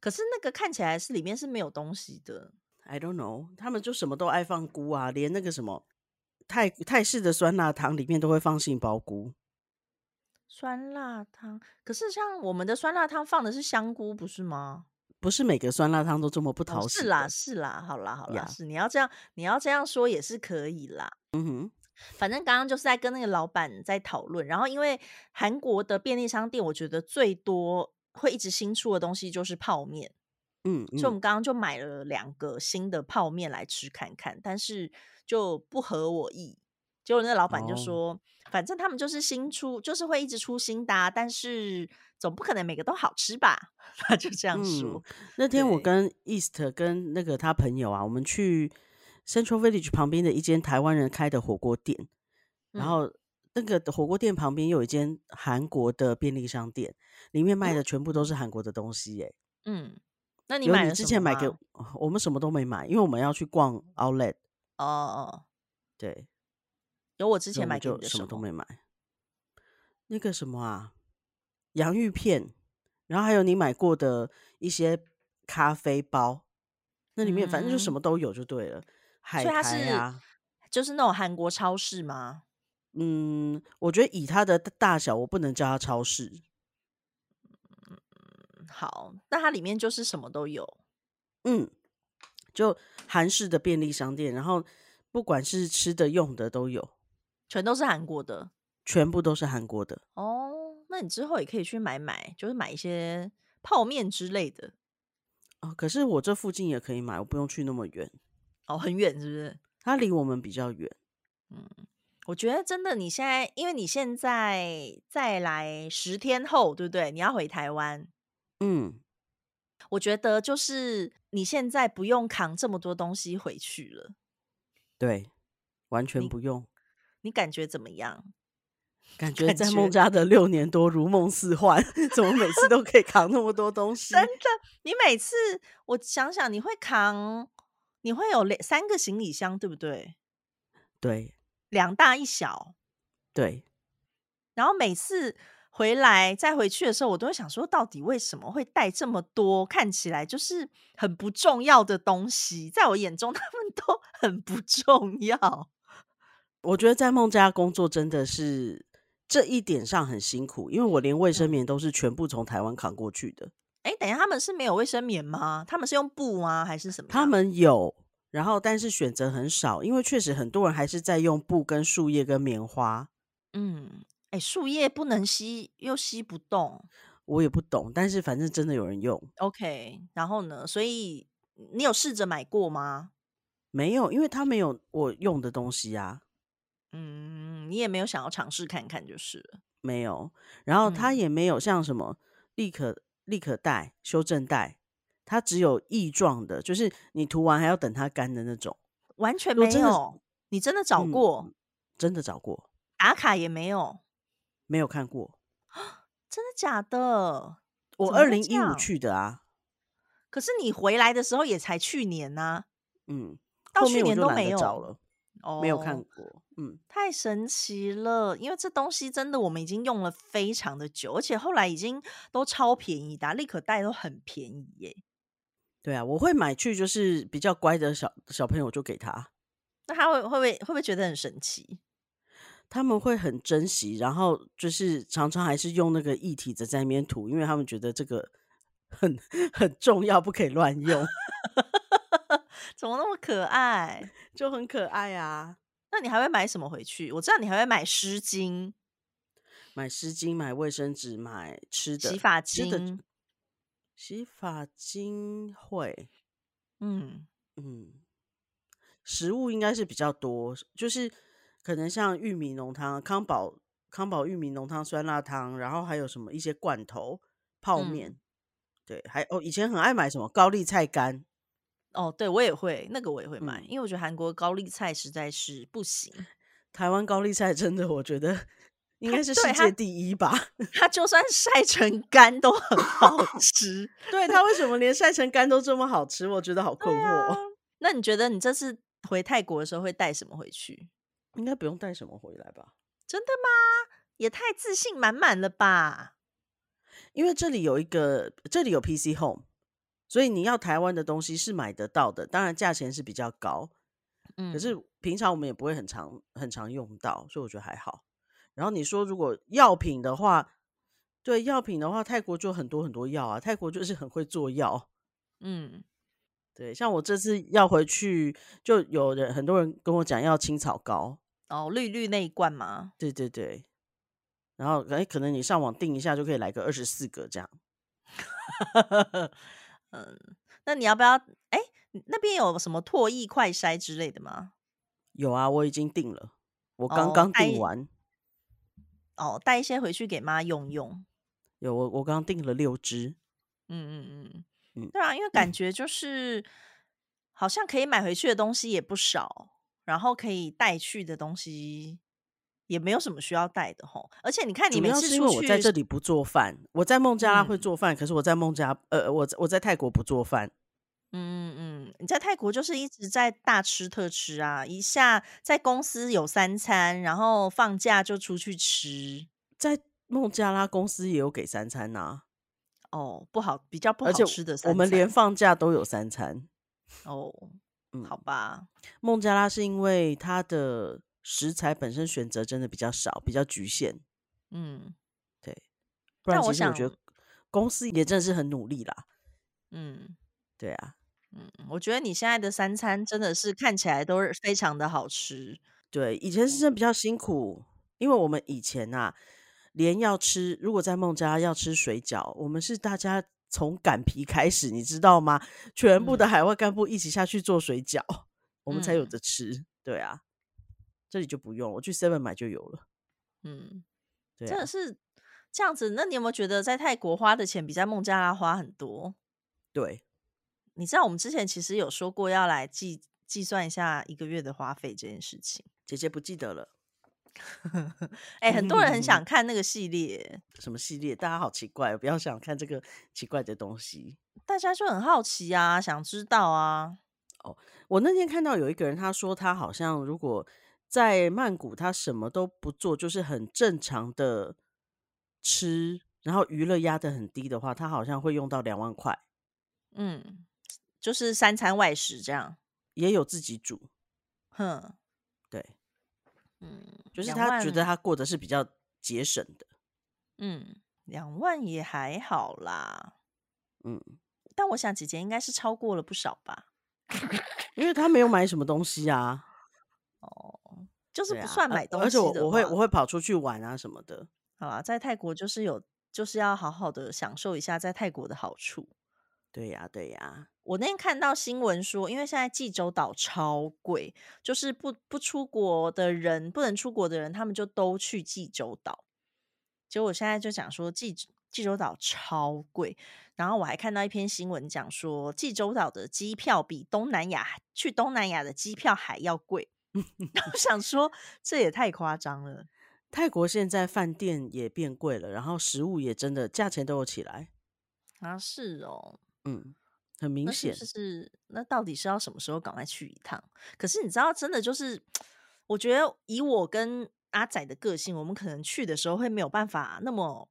[SPEAKER 2] 可是那个看起来是里面是没有东西的。
[SPEAKER 1] I don't know，他们就什么都爱放菇啊，连那个什么泰泰式的酸辣汤里面都会放杏鲍菇。
[SPEAKER 2] 酸辣汤，可是像我们的酸辣汤放的是香菇，不是吗？
[SPEAKER 1] 不是每个酸辣汤都这么不
[SPEAKER 2] 哦，
[SPEAKER 1] 讨喜
[SPEAKER 2] 是
[SPEAKER 1] 的。
[SPEAKER 2] 啦，是啦，好啦，好啦，
[SPEAKER 1] 呀
[SPEAKER 2] 是你要这样，你要这样说也是可以啦。
[SPEAKER 1] 嗯哼，
[SPEAKER 2] 反正刚刚就是在跟那个老板在讨论，然后因为韩国的便利商店，我觉得最多会一直新出的东西就是泡面，
[SPEAKER 1] 嗯
[SPEAKER 2] 所以我
[SPEAKER 1] 嗯，
[SPEAKER 2] 们刚刚就买了两个新的泡面来吃看看，但是就不合我意。结果那个老板就
[SPEAKER 1] 哦
[SPEAKER 2] 说，反正他们就是新出，就是会一直出新的、啊，但是总不可能每个都好吃吧？ 他就这样
[SPEAKER 1] 嗯
[SPEAKER 2] 说。
[SPEAKER 1] 那天我
[SPEAKER 2] 对
[SPEAKER 1] 跟 East 跟那个他朋友啊，我们去 Central Village 旁边的一间台湾人开的火锅店，然
[SPEAKER 2] 嗯
[SPEAKER 1] 后那个火锅店旁边有一间韩国的便利商店，里面卖
[SPEAKER 2] 嗯
[SPEAKER 1] 的全部都是韩国的东西、耶。
[SPEAKER 2] 嗯，那你
[SPEAKER 1] 有
[SPEAKER 2] 买
[SPEAKER 1] 你
[SPEAKER 2] 了
[SPEAKER 1] 之
[SPEAKER 2] 什
[SPEAKER 1] 前
[SPEAKER 2] 么
[SPEAKER 1] 买给
[SPEAKER 2] 吗？
[SPEAKER 1] 我我们什么都没买，因为我们要去逛 Outlet，
[SPEAKER 2] 哦哦，
[SPEAKER 1] 对，
[SPEAKER 2] 有我
[SPEAKER 1] 所
[SPEAKER 2] 之
[SPEAKER 1] 以
[SPEAKER 2] 前
[SPEAKER 1] 我们
[SPEAKER 2] 买给你
[SPEAKER 1] 就
[SPEAKER 2] 的
[SPEAKER 1] 什
[SPEAKER 2] 什
[SPEAKER 1] 么都
[SPEAKER 2] 么？
[SPEAKER 1] 没买。那个什么啊，洋芋片，然后还有你买过的一些咖啡包，那里面反正就什
[SPEAKER 2] 嗯，
[SPEAKER 1] 么都有就对了，海
[SPEAKER 2] 所以它
[SPEAKER 1] 苔
[SPEAKER 2] 是
[SPEAKER 1] 啊，
[SPEAKER 2] 就是那种韩国超市吗？
[SPEAKER 1] 嗯，我觉得以它的大小，我不能叫它超市，
[SPEAKER 2] 嗯好，那它里面就是什么都有。
[SPEAKER 1] 嗯，就韩式的便利商店，然后不管是吃的用的都有，
[SPEAKER 2] 全都是韩国的
[SPEAKER 1] 全部都是韩国的。
[SPEAKER 2] 哦。那你之后也可以去买买，就是买一些泡面之类的
[SPEAKER 1] 哦，可是我这附近也可以买，我不用去那么远，
[SPEAKER 2] 哦。很远是不是？
[SPEAKER 1] 它离我们比较远。
[SPEAKER 2] 我觉得真的，你现在因为你现在再来十天后，对不对？你要回台湾，
[SPEAKER 1] 嗯，
[SPEAKER 2] 我觉得就是你现在不用扛这么多东西回去了，
[SPEAKER 1] 对，完全
[SPEAKER 2] 你
[SPEAKER 1] 不 用。
[SPEAKER 2] 你感觉怎么样？
[SPEAKER 1] 感觉
[SPEAKER 2] 感
[SPEAKER 1] 在
[SPEAKER 2] 觉
[SPEAKER 1] 孟家的六年多如梦似幻，怎么每次都可以扛那么多东西
[SPEAKER 2] 真？的，你每次我想想，你会扛，你会有两三个行李箱，对不对？
[SPEAKER 1] 对
[SPEAKER 2] 两大一小，
[SPEAKER 1] 对，
[SPEAKER 2] 然后每次回来再回去的时候，我都会想说，到底为什么会带这么多看起来就是很不重要的东西？在我眼中， 他们都很不重要。
[SPEAKER 1] 我觉得在孟家工作真的是这一点上很辛苦，因为我连卫
[SPEAKER 2] 嗯
[SPEAKER 1] 生棉都是全部从台湾扛过去的。
[SPEAKER 2] 哎，等一下，他们是没有卫生棉吗？他们是用布吗？还是什么样？
[SPEAKER 1] 他们有，然后但是选择很少，因为确实很多人还是在用布、跟树叶、跟棉花。
[SPEAKER 2] 嗯，哎，树叶不能吸，又吸不动。
[SPEAKER 1] 我也不懂，但是反正真的有人用。
[SPEAKER 2] OK，然后呢？所以你有试着买过吗？
[SPEAKER 1] 没有，因为他没有我用的东西啊，
[SPEAKER 2] 嗯，你也没有想要尝试看看，就是了。
[SPEAKER 1] 没有。然后他
[SPEAKER 2] 嗯
[SPEAKER 1] 也没有像什么立可立可带、修正带，它只有异状的，就是你涂完还要等它干的那种。
[SPEAKER 2] 完全
[SPEAKER 1] 如果
[SPEAKER 2] 没
[SPEAKER 1] 真的是
[SPEAKER 2] 有。你真的找
[SPEAKER 1] 嗯
[SPEAKER 2] 过、
[SPEAKER 1] 真的找过，
[SPEAKER 2] 打卡也没有，
[SPEAKER 1] 没有看过。
[SPEAKER 2] 真的假的？
[SPEAKER 1] 我
[SPEAKER 2] 怎么
[SPEAKER 1] 二
[SPEAKER 2] 会
[SPEAKER 1] 零
[SPEAKER 2] 这
[SPEAKER 1] 一五
[SPEAKER 2] 样
[SPEAKER 1] 去的啊，
[SPEAKER 2] 可是你回来的时候也才去年呐、
[SPEAKER 1] 嗯，
[SPEAKER 2] 到
[SPEAKER 1] 后
[SPEAKER 2] 去
[SPEAKER 1] 面我
[SPEAKER 2] 年
[SPEAKER 1] 就
[SPEAKER 2] 都
[SPEAKER 1] 懒得
[SPEAKER 2] 没有
[SPEAKER 1] 找了，
[SPEAKER 2] 哦，
[SPEAKER 1] 没有看过。嗯，
[SPEAKER 2] 太神奇了！因为这东西真的我们已经用了非常的久，而且后来已经都超便宜的啊、立可带都很便宜耶。
[SPEAKER 1] 对啊，我会买去，就是比较乖的小小朋友就给他，
[SPEAKER 2] 那他会会不会会不会觉得很神奇？
[SPEAKER 1] 他们会很珍惜，然后就是常常还是用那个液体的在那边涂，因为他们觉得这个很 很重要，不可以乱用，
[SPEAKER 2] 怎么那么可爱？
[SPEAKER 1] 就很可爱啊。
[SPEAKER 2] 那你还会买什么回去？我知道你还会买湿巾、
[SPEAKER 1] 买湿巾、买卫生纸、买吃的、
[SPEAKER 2] 洗发
[SPEAKER 1] 吃的
[SPEAKER 2] 精，
[SPEAKER 1] 洗发精会，
[SPEAKER 2] 嗯，
[SPEAKER 1] 嗯，食物应该是比较多，就是可能像玉米浓汤、康宝康宝玉米浓汤、酸辣汤，然后还有什么一些罐头、泡
[SPEAKER 2] 嗯
[SPEAKER 1] 面，对，还哦，以前很爱买什么高丽菜干，
[SPEAKER 2] 哦，对我也会，那个我也会买，
[SPEAKER 1] 嗯
[SPEAKER 2] 因为我觉得韩国高丽菜实在是不行，
[SPEAKER 1] 台湾高丽菜真的我觉得应该是世
[SPEAKER 2] 对它
[SPEAKER 1] 界第一吧？
[SPEAKER 2] 它就算晒成干都很好 吃。
[SPEAKER 1] 对，它为什么连晒成干都这么好吃？我觉得好困惑哦。
[SPEAKER 2] 那你觉得你这次回泰国的时候会带什么回去？
[SPEAKER 1] 应该不用带什么回来吧？
[SPEAKER 2] 真的吗？也太自信满满了吧！
[SPEAKER 1] 因为这里有一个，这里有 PC Home，所以你要台湾的东西是买得到的，当然价钱是比较高，
[SPEAKER 2] 嗯，
[SPEAKER 1] 可是平常我们也不会很常很常用到，所以我觉得还好。然后你说如果药品的话，对药品的话，泰国就很多很多药啊，泰国就是很会做药。
[SPEAKER 2] 嗯，
[SPEAKER 1] 对，像我这次要回去，就有人很多人跟我讲要青草膏，
[SPEAKER 2] 哦，绿绿那一罐吗？
[SPEAKER 1] 对对对，然后哎，可能你上网订一下就可以来个二十四个这样。
[SPEAKER 2] 嗯，那你要不要？哎、你那边有什么唾液快筛之类的吗？
[SPEAKER 1] 有啊，我已经订了，我
[SPEAKER 2] 哦
[SPEAKER 1] 刚刚
[SPEAKER 2] 哎
[SPEAKER 1] 订完，
[SPEAKER 2] 哦，带一些回去给妈用用。
[SPEAKER 1] 有我我刚订了六支，
[SPEAKER 2] 嗯嗯嗯
[SPEAKER 1] 嗯
[SPEAKER 2] 嗯，对啊，因为感觉就是好像可以买回去的东西也不少，然后可以带去的东西也没有什么需要带的吼。而且你看，你
[SPEAKER 1] 主
[SPEAKER 2] 每
[SPEAKER 1] 要
[SPEAKER 2] 次
[SPEAKER 1] 是因
[SPEAKER 2] 出
[SPEAKER 1] 为
[SPEAKER 2] 去，
[SPEAKER 1] 我在这里不做饭，我在孟加拉会
[SPEAKER 2] 嗯
[SPEAKER 1] 做饭，可是我在孟加呃我在我在泰国不做饭，
[SPEAKER 2] 嗯嗯嗯，你在泰国就是一直在大吃特吃啊，一下在公司有三餐，然后放假就出去吃。
[SPEAKER 1] 在孟加拉公司也有给三餐呐、
[SPEAKER 2] 哦，不好，比较不好
[SPEAKER 1] 而且
[SPEAKER 2] 吃的三餐。
[SPEAKER 1] 我们连放假都有三餐。
[SPEAKER 2] 哦，
[SPEAKER 1] 嗯，
[SPEAKER 2] 好吧，
[SPEAKER 1] 孟加拉是因为它的食材本身选择真的比较少，比较局限，
[SPEAKER 2] 嗯
[SPEAKER 1] 不然
[SPEAKER 2] 但我
[SPEAKER 1] 其实我觉
[SPEAKER 2] 想
[SPEAKER 1] 得公司也真的是很努力啦。
[SPEAKER 2] 嗯。
[SPEAKER 1] 对啊，
[SPEAKER 2] 嗯，我觉得你现在的三餐真的是看起来都是非常的好吃。
[SPEAKER 1] 对，以前是真的比较辛苦，因为我们以前啊，连要吃，如果在孟加拉要吃水饺，我们是大家从擀皮开始，你知道吗？全部的海外干部一起下去做水饺，我们才有
[SPEAKER 2] 嗯
[SPEAKER 1] 的吃。对啊，这里就不用，我去 Seven 买就有了。
[SPEAKER 2] 嗯，
[SPEAKER 1] 对
[SPEAKER 2] 真
[SPEAKER 1] 啊
[SPEAKER 2] 的，是这样子。那你有没有觉得在泰国花的钱比在孟加拉花很多？
[SPEAKER 1] 对，
[SPEAKER 2] 你知道我们之前其实有说过要来计计算一下一个月的花费这件事情。
[SPEAKER 1] 姐姐不记得了，
[SPEAKER 2] 哎、很多人很 想看那个系列，
[SPEAKER 1] 什么系列？大家好奇怪，不要想看这个奇怪的东西。
[SPEAKER 2] 大家就很好奇啊，想知道啊。
[SPEAKER 1] 我那天看到有一个人，他说他好像如果在曼谷他什么都不做，就是很正常的吃，然后娱乐压得很低的话，他好像会用到两万块，
[SPEAKER 2] 嗯，就是三餐外食这样，
[SPEAKER 1] 也有自己煮，
[SPEAKER 2] 哼，
[SPEAKER 1] 对，
[SPEAKER 2] 嗯，
[SPEAKER 1] 就是
[SPEAKER 2] 两
[SPEAKER 1] 他觉
[SPEAKER 2] 万
[SPEAKER 1] 得他过得是比较节省的，
[SPEAKER 2] 嗯，两万也还好啦，
[SPEAKER 1] 嗯，
[SPEAKER 2] 但我想姐姐应该是超过了不少吧？
[SPEAKER 1] 因为他没有买什么东西啊，
[SPEAKER 2] 哦，就是
[SPEAKER 1] 对
[SPEAKER 2] 不
[SPEAKER 1] 啊
[SPEAKER 2] 算
[SPEAKER 1] 呃
[SPEAKER 2] 买东西
[SPEAKER 1] 而且我
[SPEAKER 2] 的
[SPEAKER 1] 我会
[SPEAKER 2] 话
[SPEAKER 1] 我会跑出去玩啊什么的，
[SPEAKER 2] 好啦，在泰国就是有，就是要好好的享受一下在泰国的好处。
[SPEAKER 1] 对呀、对呀、
[SPEAKER 2] 我那天看到新闻说，因为现在济州岛超贵，就是不不出国的人，不能出国的人，他们就都去济州岛。结果我现在就想说济州济州岛超贵，然后我还看到一篇新闻讲说，济州岛的机票比东南亚去东南亚的机票还要贵。 然后想说，这也太夸张了。
[SPEAKER 1] 泰国现在饭店也变贵了，然后食物也真的价钱都有起来，
[SPEAKER 2] 啊，是哦，
[SPEAKER 1] 嗯，很明
[SPEAKER 2] 那是
[SPEAKER 1] 显
[SPEAKER 2] 不，是是那到底是要什么时候赶快去一趟？可是你知道，真的就是，我觉得以我跟阿仔的个性，我们可能去的时候会没有办法那么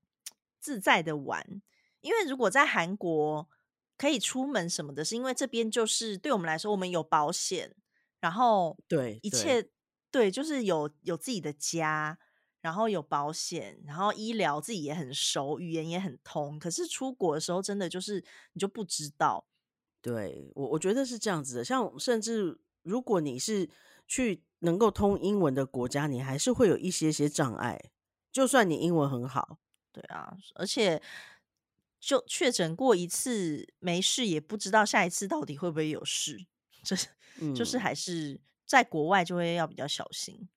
[SPEAKER 2] 自在的玩，因为如果在韩国可以出门什么的，是因为这边就是对我们来说，我们有保险，然后
[SPEAKER 1] 对，
[SPEAKER 2] 一
[SPEAKER 1] 对
[SPEAKER 2] 切对，就是有有自己的家，然后有保险，然后医疗自己也很熟，语言也很通。可是出国的时候，真的就是你就不知道。
[SPEAKER 1] 对我，我觉得是这样子的。像甚至如果你是去能够通英文的国家，你还是会有一些些障碍。就算你英文很好，
[SPEAKER 2] 对啊，而且就确诊过一次没事，也不知道下一次到底会不会有事。这是
[SPEAKER 1] 嗯，
[SPEAKER 2] 就是还是在国外就会要比较小心。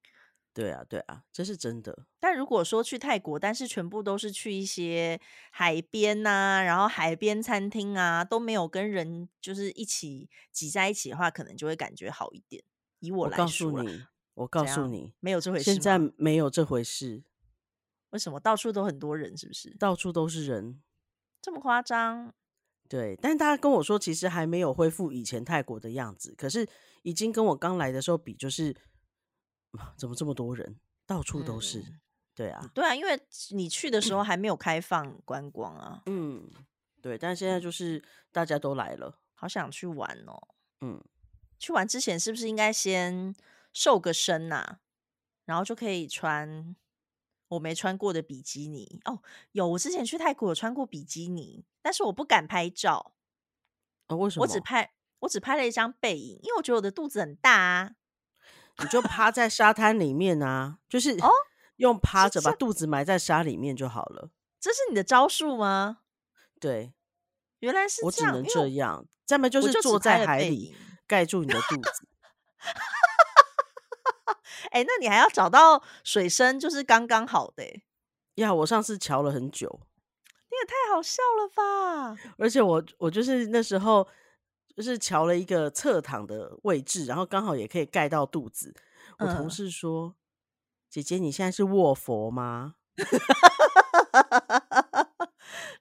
[SPEAKER 1] 对啊，对啊，这是真的。
[SPEAKER 2] 但如果说去泰国，但是全部都是去一些海边呐、然后海边餐厅啊，都没有跟人就是一起挤在一起的话，可能就会感觉好一点。以我
[SPEAKER 1] 我
[SPEAKER 2] 来
[SPEAKER 1] 告诉
[SPEAKER 2] 说啦，
[SPEAKER 1] 你，我告
[SPEAKER 2] 怎
[SPEAKER 1] 诉
[SPEAKER 2] 样
[SPEAKER 1] 你，
[SPEAKER 2] 没有这回事
[SPEAKER 1] 现
[SPEAKER 2] 吗。
[SPEAKER 1] 在没有这回事，
[SPEAKER 2] 为什么到处都很多人？是不是
[SPEAKER 1] 到处都是人。
[SPEAKER 2] 这么夸张？
[SPEAKER 1] 对，但大家跟我说，其实还没有恢复以前泰国的样子，可是已经跟我刚来的时候比，就是啊怎么这么多人，到处都是。
[SPEAKER 2] 嗯
[SPEAKER 1] 对啊，
[SPEAKER 2] 对啊，因为你去的时 候还没有开放观光啊，
[SPEAKER 1] 嗯，对，但现在就是大家都来了。
[SPEAKER 2] 好想去玩哦。
[SPEAKER 1] 嗯，
[SPEAKER 2] 去玩之前是不是应该先瘦个身呐、然后就可以穿我没穿过的比基尼哦。有，我之前去泰国有穿过比基尼，但是我不敢拍照，
[SPEAKER 1] 啊，为什么？
[SPEAKER 2] 我只拍我只拍了一张背影，因为我觉得我的肚子很大啊。
[SPEAKER 1] 你就趴在沙滩里面啊，就是
[SPEAKER 2] 哦
[SPEAKER 1] 用趴
[SPEAKER 2] 是
[SPEAKER 1] 着把肚子埋在沙里面就好了。
[SPEAKER 2] 这是你的招数吗？
[SPEAKER 1] 对
[SPEAKER 2] 原来是
[SPEAKER 1] 我
[SPEAKER 2] 这
[SPEAKER 1] 只
[SPEAKER 2] 样，
[SPEAKER 1] 能
[SPEAKER 2] 因为
[SPEAKER 1] 这样，再么就
[SPEAKER 2] 我
[SPEAKER 1] 是
[SPEAKER 2] 就只
[SPEAKER 1] 坐
[SPEAKER 2] 拍
[SPEAKER 1] 在
[SPEAKER 2] 了
[SPEAKER 1] 海
[SPEAKER 2] 背
[SPEAKER 1] 里
[SPEAKER 2] 影
[SPEAKER 1] 盖住你的肚 子。
[SPEAKER 2] 哎、那你还要找到水深就是刚刚好的、欸，
[SPEAKER 1] 呀，我上次瞧了很久，
[SPEAKER 2] 你也太好笑了吧！
[SPEAKER 1] 而且我我就是那时候就是瞧了一个侧躺的位置，然后刚好也可以盖到肚子。我
[SPEAKER 2] 嗯
[SPEAKER 1] 同事说：“姐姐，你现在是卧佛吗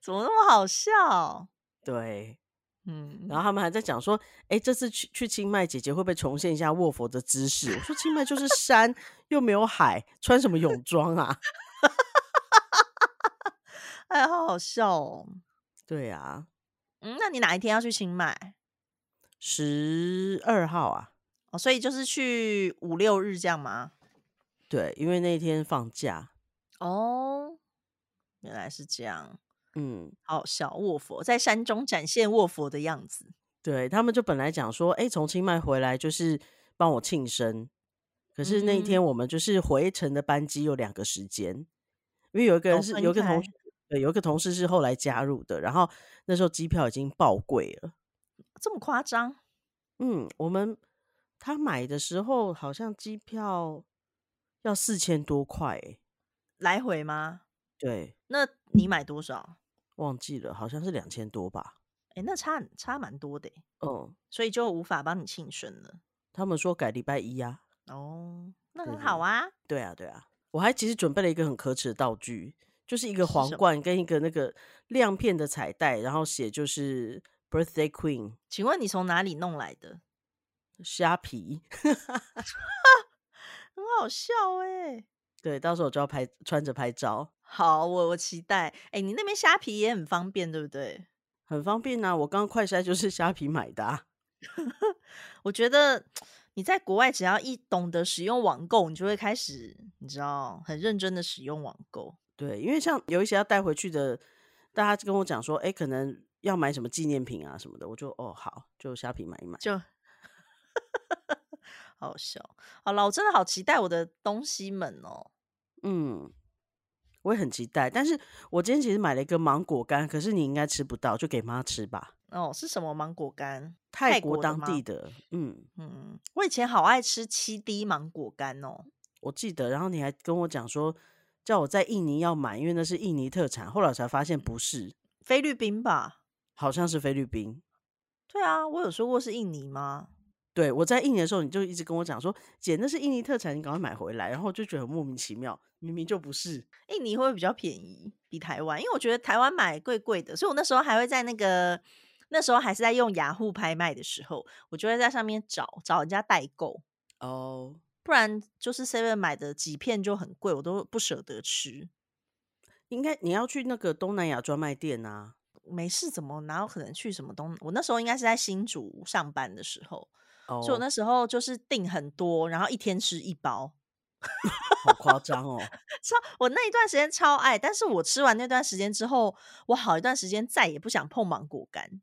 [SPEAKER 2] 怎么那么好笑？？”
[SPEAKER 1] 对，
[SPEAKER 2] 嗯，
[SPEAKER 1] 然后他们还在讲说，哎，这次去去清迈，姐姐会不会重现一下卧佛的姿势？我说清迈就是山，又没有海，穿什么泳装啊？
[SPEAKER 2] 哎，好好笑哦。
[SPEAKER 1] 对啊，
[SPEAKER 2] 嗯，那你哪一天要去清迈？
[SPEAKER 1] 十二号啊，
[SPEAKER 2] 哦，所以就是去五六日这样吗？
[SPEAKER 1] 对，因为那天放假，
[SPEAKER 2] 哦，原来是这样，
[SPEAKER 1] 嗯，
[SPEAKER 2] 好好笑。卧佛在山中展现卧佛的样子。
[SPEAKER 1] 对他们就本来讲说，哎，从清迈回来就是帮我庆生，可是
[SPEAKER 2] 嗯
[SPEAKER 1] 那一天我们就是回程的班机有两个时间，因为有一个
[SPEAKER 2] 有
[SPEAKER 1] 人是
[SPEAKER 2] 哦分
[SPEAKER 1] 有一个
[SPEAKER 2] 开
[SPEAKER 1] 同学对，有一个同事是后来加入的，然后那时候机票已经爆贵了。
[SPEAKER 2] 这么夸张？
[SPEAKER 1] 嗯，我们他买的时候好像机票要四千多块、欸，
[SPEAKER 2] 来回吗？
[SPEAKER 1] 对，
[SPEAKER 2] 那你买多少？
[SPEAKER 1] 忘记了，好像是两千多吧。
[SPEAKER 2] 哎，那差很差蛮多的欸，
[SPEAKER 1] 嗯，
[SPEAKER 2] 所以就无法帮你庆生了。
[SPEAKER 1] 他们说改礼拜一啊。
[SPEAKER 2] 哦，那
[SPEAKER 1] 对
[SPEAKER 2] 很
[SPEAKER 1] 对
[SPEAKER 2] 好啊。
[SPEAKER 1] 对啊，对啊，我还其实准备了一个很可耻的道具，就是一个
[SPEAKER 2] 是
[SPEAKER 1] 皇
[SPEAKER 2] 什么
[SPEAKER 1] 冠跟一个那个亮片的彩带，然后写就是 Birthday Queen
[SPEAKER 2] 请问你从哪里弄来的？
[SPEAKER 1] 虾皮。
[SPEAKER 2] 很好笑哎、
[SPEAKER 1] 对，到时候我就要拍穿着拍照，
[SPEAKER 2] 好，我我期待。哎，你那边虾皮也很方便，对不对？
[SPEAKER 1] 很方便啊。我刚刚快筛就是虾皮买的、啊，
[SPEAKER 2] 我觉得你在国外只要一懂得使用网购，你就会开始，你知道，很认真的使用网购。
[SPEAKER 1] 对，因为像有一些要带回去的，大家跟我讲说，哎，可能要买什么纪念品啊什么的，我就哦好，就虾皮买一买。
[SPEAKER 2] 就好笑。好了，我真的好期待我的东西们哦。
[SPEAKER 1] 嗯，我也很期待。但是我今天其实买了一个芒果干，可是你应该吃不到，就给妈吃吧。
[SPEAKER 2] 哦，是什么芒果干？
[SPEAKER 1] 泰
[SPEAKER 2] 泰
[SPEAKER 1] 国
[SPEAKER 2] 国的
[SPEAKER 1] 当
[SPEAKER 2] 吗
[SPEAKER 1] 地的，嗯，
[SPEAKER 2] 嗯，我以前好爱吃七滴芒果干哦。
[SPEAKER 1] 我记得。然后你还跟我讲说，叫我在印尼要买，因为那是印尼特产。后来我才发现不是，
[SPEAKER 2] 菲律宾吧？
[SPEAKER 1] 好像是菲律宾。
[SPEAKER 2] 对啊，我有说过是印尼吗？
[SPEAKER 1] 对我在印尼的时候，你就一直跟我讲说，姐那是印尼特产，你赶快买回来。然后我就觉得很莫名其妙，明明就不是。
[SPEAKER 2] 印尼会不会比较便宜？比台湾？因为我觉得台湾买贵贵的，所以我那时候还会在那个那时候还是在用雅虎拍卖的时候，我就会在上面找找人家代购，
[SPEAKER 1] 哦、
[SPEAKER 2] 不然就是 Seven 买的几片就很贵，我都不舍得吃。
[SPEAKER 1] 应该你要去那个东南亚专卖店啊。
[SPEAKER 2] 没事，怎么哪有可能去什么东？我那时候应该是在新竹上班的时候，
[SPEAKER 1] 哦、
[SPEAKER 2] 所以我那时候就是订很多，然后一天吃一包。
[SPEAKER 1] 好夸张哦。
[SPEAKER 2] 超，我那一段时间超爱，但是我吃完那段时间之后，我好一段时间再也不想碰芒果干，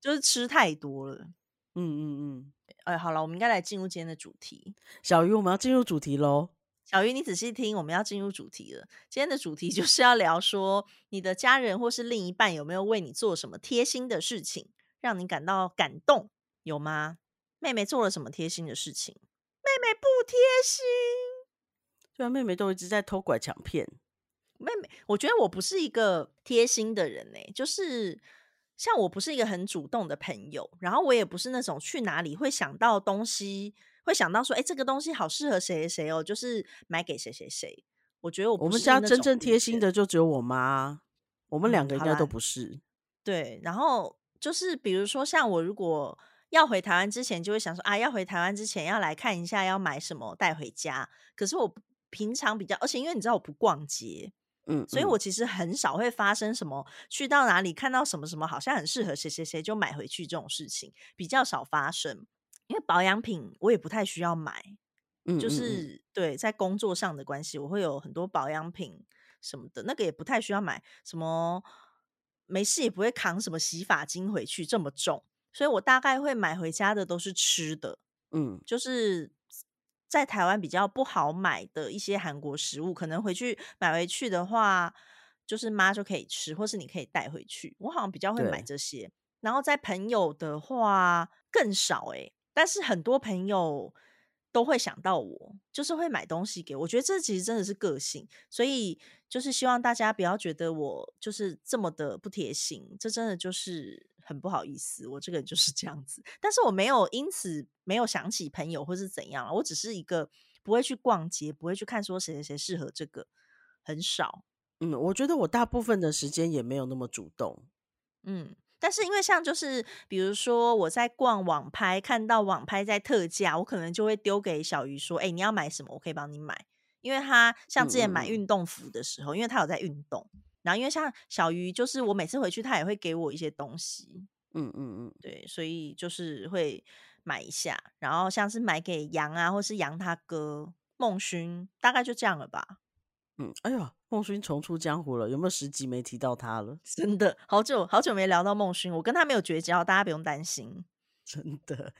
[SPEAKER 2] 就是吃太多了。
[SPEAKER 1] 嗯嗯嗯，
[SPEAKER 2] 哎，好了，我们应该来进入今天的主题。
[SPEAKER 1] 小鱼，我们要进入主题喽。
[SPEAKER 2] 小鱼，你仔细听，我们要进入主题了。今天的主题就是要聊说，你的家人或是另一半有没有为你做什么贴心的事情，让你感到感动，有吗？妹妹做了什么贴心的事情？妹妹不贴心。
[SPEAKER 1] 虽然妹妹都一直在偷拐抢骗，
[SPEAKER 2] 妹妹，我觉得我不是一个贴心的人呢、欸就是像我不是一个很主动的朋友，然后我也不是那种去哪里会想到东西，会想到说，哎、这个东西好适合谁谁谁哦，就是买给谁谁谁。我觉得我
[SPEAKER 1] 我
[SPEAKER 2] 不
[SPEAKER 1] 们
[SPEAKER 2] 是
[SPEAKER 1] 家
[SPEAKER 2] 那
[SPEAKER 1] 真
[SPEAKER 2] 种
[SPEAKER 1] 正
[SPEAKER 2] 路
[SPEAKER 1] 贴心
[SPEAKER 2] 线
[SPEAKER 1] 的就只有我妈，我们两
[SPEAKER 2] 嗯
[SPEAKER 1] 个应
[SPEAKER 2] 好
[SPEAKER 1] 该都
[SPEAKER 2] 啦
[SPEAKER 1] 不是。
[SPEAKER 2] 对，然后就是比如说像我如果要回台湾之前，就会想说啊，要回台湾之前要来看一下要买什么带回家。可是我不平常比较，而且因为你知道我不逛街，
[SPEAKER 1] 嗯，
[SPEAKER 2] 所以
[SPEAKER 1] 嗯
[SPEAKER 2] 我其实很少会发生什么去到哪里看到什么什么好像很适合谁谁谁就买回去这种事情比较少发生。因为保养品我也不太需要买，
[SPEAKER 1] 嗯
[SPEAKER 2] 就
[SPEAKER 1] 嗯嗯
[SPEAKER 2] 是对在工作上的关系，我会有很多保养品什么的，那个也不太需要买什么，没事也不会扛什么洗发精回去这么重，所以我大概会买回家的都是吃的，
[SPEAKER 1] 嗯
[SPEAKER 2] 就是在台湾比较不好买的一些韩国食物，可能回去买回去的话，就是妈就可以吃，或是你可以带回去。我好像比较会买
[SPEAKER 1] 对
[SPEAKER 2] 这些，然后在朋友的话更少诶、但是很多朋友都会想到我，就是会买东西给我。我觉得这其实真的是个性，所以就是希望大家不要觉得我就是这么的不贴心，这真的就是很不好意思，我这个人就是这样子。但是我没有因此没有想起朋友或是怎样啊，我只是一个不会去逛街，不会去看说谁谁谁适合这个，很少。
[SPEAKER 1] 嗯，我觉得我大部分的时间也没有那么主动。
[SPEAKER 2] 嗯，但是因为像就是比如说我在逛网拍，看到网拍在特价，我可能就会丢给小鱼说：“哎、你要买什么？我可以帮你买。”因为他像之前
[SPEAKER 1] 嗯嗯
[SPEAKER 2] 买
[SPEAKER 1] 嗯
[SPEAKER 2] 运动服的时候，因为他有在运动，然后因为像小鱼，就是我每次回去他也会给我一些东西，
[SPEAKER 1] 嗯嗯
[SPEAKER 2] 对，所以就是会买一下，然后像是买给杨啊，或是杨他哥孟勋，大概就这样了吧。
[SPEAKER 1] 嗯嗯，哎呀，孟勋重出江湖了，有没有十集没提到他了？
[SPEAKER 2] 真的好久好久没聊到孟勋，我跟他没有绝交，大家不用担心。
[SPEAKER 1] 真的，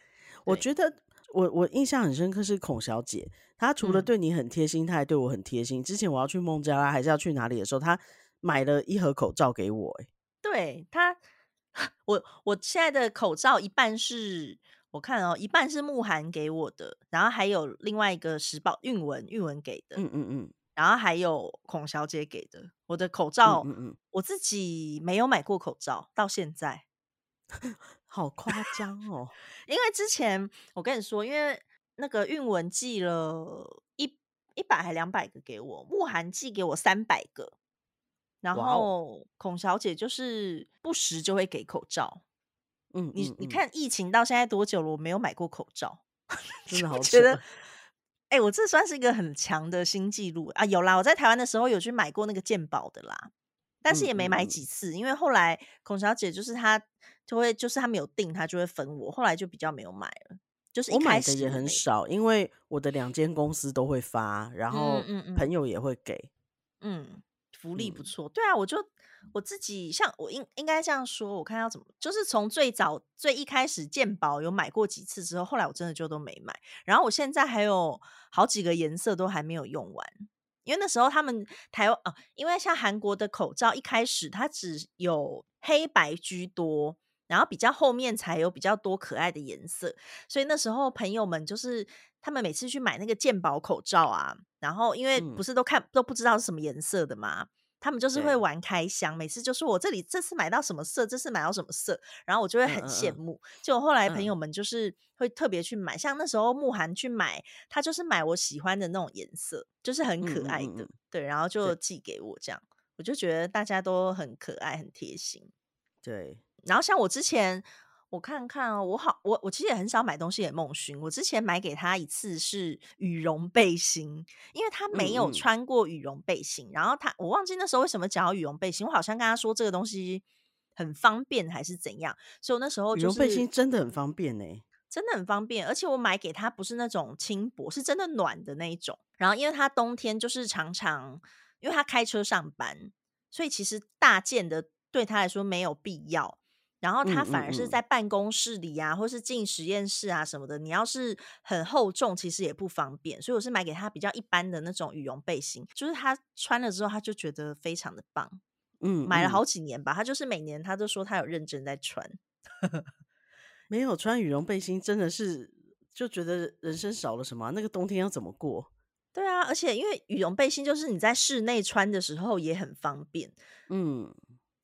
[SPEAKER 1] 我
[SPEAKER 2] 对
[SPEAKER 1] 觉得我我印象很深刻是孔小姐，她除了
[SPEAKER 2] 嗯
[SPEAKER 1] 对你很贴心，她还对我很贴心。之前我要去孟加拉还是要去哪里的时候，她买了一盒口罩给我、欸，
[SPEAKER 2] 对他， 我我现在的口罩一半是我看哦，一半是慕寒给我的，然后还有另外一个石宝韵文韵文给的，
[SPEAKER 1] 嗯嗯嗯
[SPEAKER 2] 然后还有孔小姐给的。我的口
[SPEAKER 1] 嗯
[SPEAKER 2] 罩、
[SPEAKER 1] 嗯嗯，
[SPEAKER 2] 我自己没有买过口罩，到现在，
[SPEAKER 1] 好夸张 哦，
[SPEAKER 2] 因为之前我跟你说，因为那个韵文寄了一一百还两百个给我，慕寒寄给我三百个，然
[SPEAKER 1] 哇哦
[SPEAKER 2] 后孔小姐就是不时就会给口罩。
[SPEAKER 1] 嗯，
[SPEAKER 2] 你
[SPEAKER 1] 嗯
[SPEAKER 2] 你
[SPEAKER 1] 嗯
[SPEAKER 2] 看疫情到现在多久了？我没有买过口罩，
[SPEAKER 1] 真的
[SPEAKER 2] 我
[SPEAKER 1] 好
[SPEAKER 2] 觉
[SPEAKER 1] 扯
[SPEAKER 2] 得哎、我这算是一个很强的新纪录啊！有啦，我在台湾的时候有去买过那个鉴宝的啦，但是
[SPEAKER 1] 嗯
[SPEAKER 2] 也没
[SPEAKER 1] 嗯
[SPEAKER 2] 买
[SPEAKER 1] 嗯
[SPEAKER 2] 几次，因为后来孔小姐就是她就会，就是她没有定，她就会分我，后来就比较没有买了。就是一
[SPEAKER 1] 我买
[SPEAKER 2] 开
[SPEAKER 1] 的
[SPEAKER 2] 始
[SPEAKER 1] 也
[SPEAKER 2] 我
[SPEAKER 1] 很
[SPEAKER 2] 没
[SPEAKER 1] 少，因为我的两间公司都会发，然后
[SPEAKER 2] 嗯嗯
[SPEAKER 1] 朋友也会给。
[SPEAKER 2] 嗯，福利不
[SPEAKER 1] 嗯
[SPEAKER 2] 错。对啊，我就我自己像我应应该这样说，我看要怎么，就是从最早最一开始鉴宝有买过几次之后，后来我真的就都没买。然后我现在还有好几个颜色都还没有用完。因为那时候他们台湾啊，因为像韩国的口罩一开始它只有黑白居多，然后比较后面才有比较多可爱的颜色，所以那时候朋友们就是他们每次去买那个鉴宝口罩啊，然后因为
[SPEAKER 1] 嗯
[SPEAKER 2] 不是都看都不知道是什么颜色的嘛，他们就是会
[SPEAKER 1] 对
[SPEAKER 2] 玩开箱，每次就说我这里这次买到什么色，这次买到什么色，然后我就会
[SPEAKER 1] 嗯
[SPEAKER 2] 很
[SPEAKER 1] 嗯
[SPEAKER 2] 羡
[SPEAKER 1] 嗯
[SPEAKER 2] 慕。就后来朋
[SPEAKER 1] 嗯
[SPEAKER 2] 友们就是会特别去买，像那时候慕寒去买，他就是买我喜欢的那种颜色，就是很
[SPEAKER 1] 嗯
[SPEAKER 2] 可
[SPEAKER 1] 嗯
[SPEAKER 2] 爱
[SPEAKER 1] 嗯
[SPEAKER 2] 的
[SPEAKER 1] 嗯，，
[SPEAKER 2] 对，然后就
[SPEAKER 1] 对
[SPEAKER 2] 寄给我这样，我就觉得大家都很可爱，很贴心。
[SPEAKER 1] 对，
[SPEAKER 2] 然后像我之前，我看看哦，我好，我我其实也很少买东西给孟勋。我之前买给他一次是羽绒背心，因为他没有
[SPEAKER 1] 嗯嗯
[SPEAKER 2] 穿过羽绒背心。然后他，我忘记那时候为什么讲到羽绒背心，我好像跟他说这个东西很方便还是怎样，所以我那时候
[SPEAKER 1] 羽
[SPEAKER 2] 哦就
[SPEAKER 1] 绒
[SPEAKER 2] 是
[SPEAKER 1] 背心真的很方便呢、
[SPEAKER 2] 真的很方便，而且我买给他不是那种轻薄，是真的暖的那一种。然后因为他冬天就是常常，因为他开车上班，所以其实大件的对他来说没有必要。然后他
[SPEAKER 1] 嗯
[SPEAKER 2] 反
[SPEAKER 1] 嗯
[SPEAKER 2] 而是
[SPEAKER 1] 嗯，
[SPEAKER 2] 在办公室里啊，或是进实验室啊什么的，你要是很厚重，其实也不方便。所以我是买给他比较一般的那种羽绒背心，就是他穿了之后，他就觉得非常的棒，
[SPEAKER 1] 嗯
[SPEAKER 2] 买了
[SPEAKER 1] 嗯
[SPEAKER 2] 好几年吧。他就是每年他都说他有认真在穿。
[SPEAKER 1] 没有穿羽绒背心真的是就觉得人生少了什么啊、那个冬天要怎么过？
[SPEAKER 2] 对啊，而且因为羽绒背心就是你在室内穿的时候也很方便。
[SPEAKER 1] 嗯，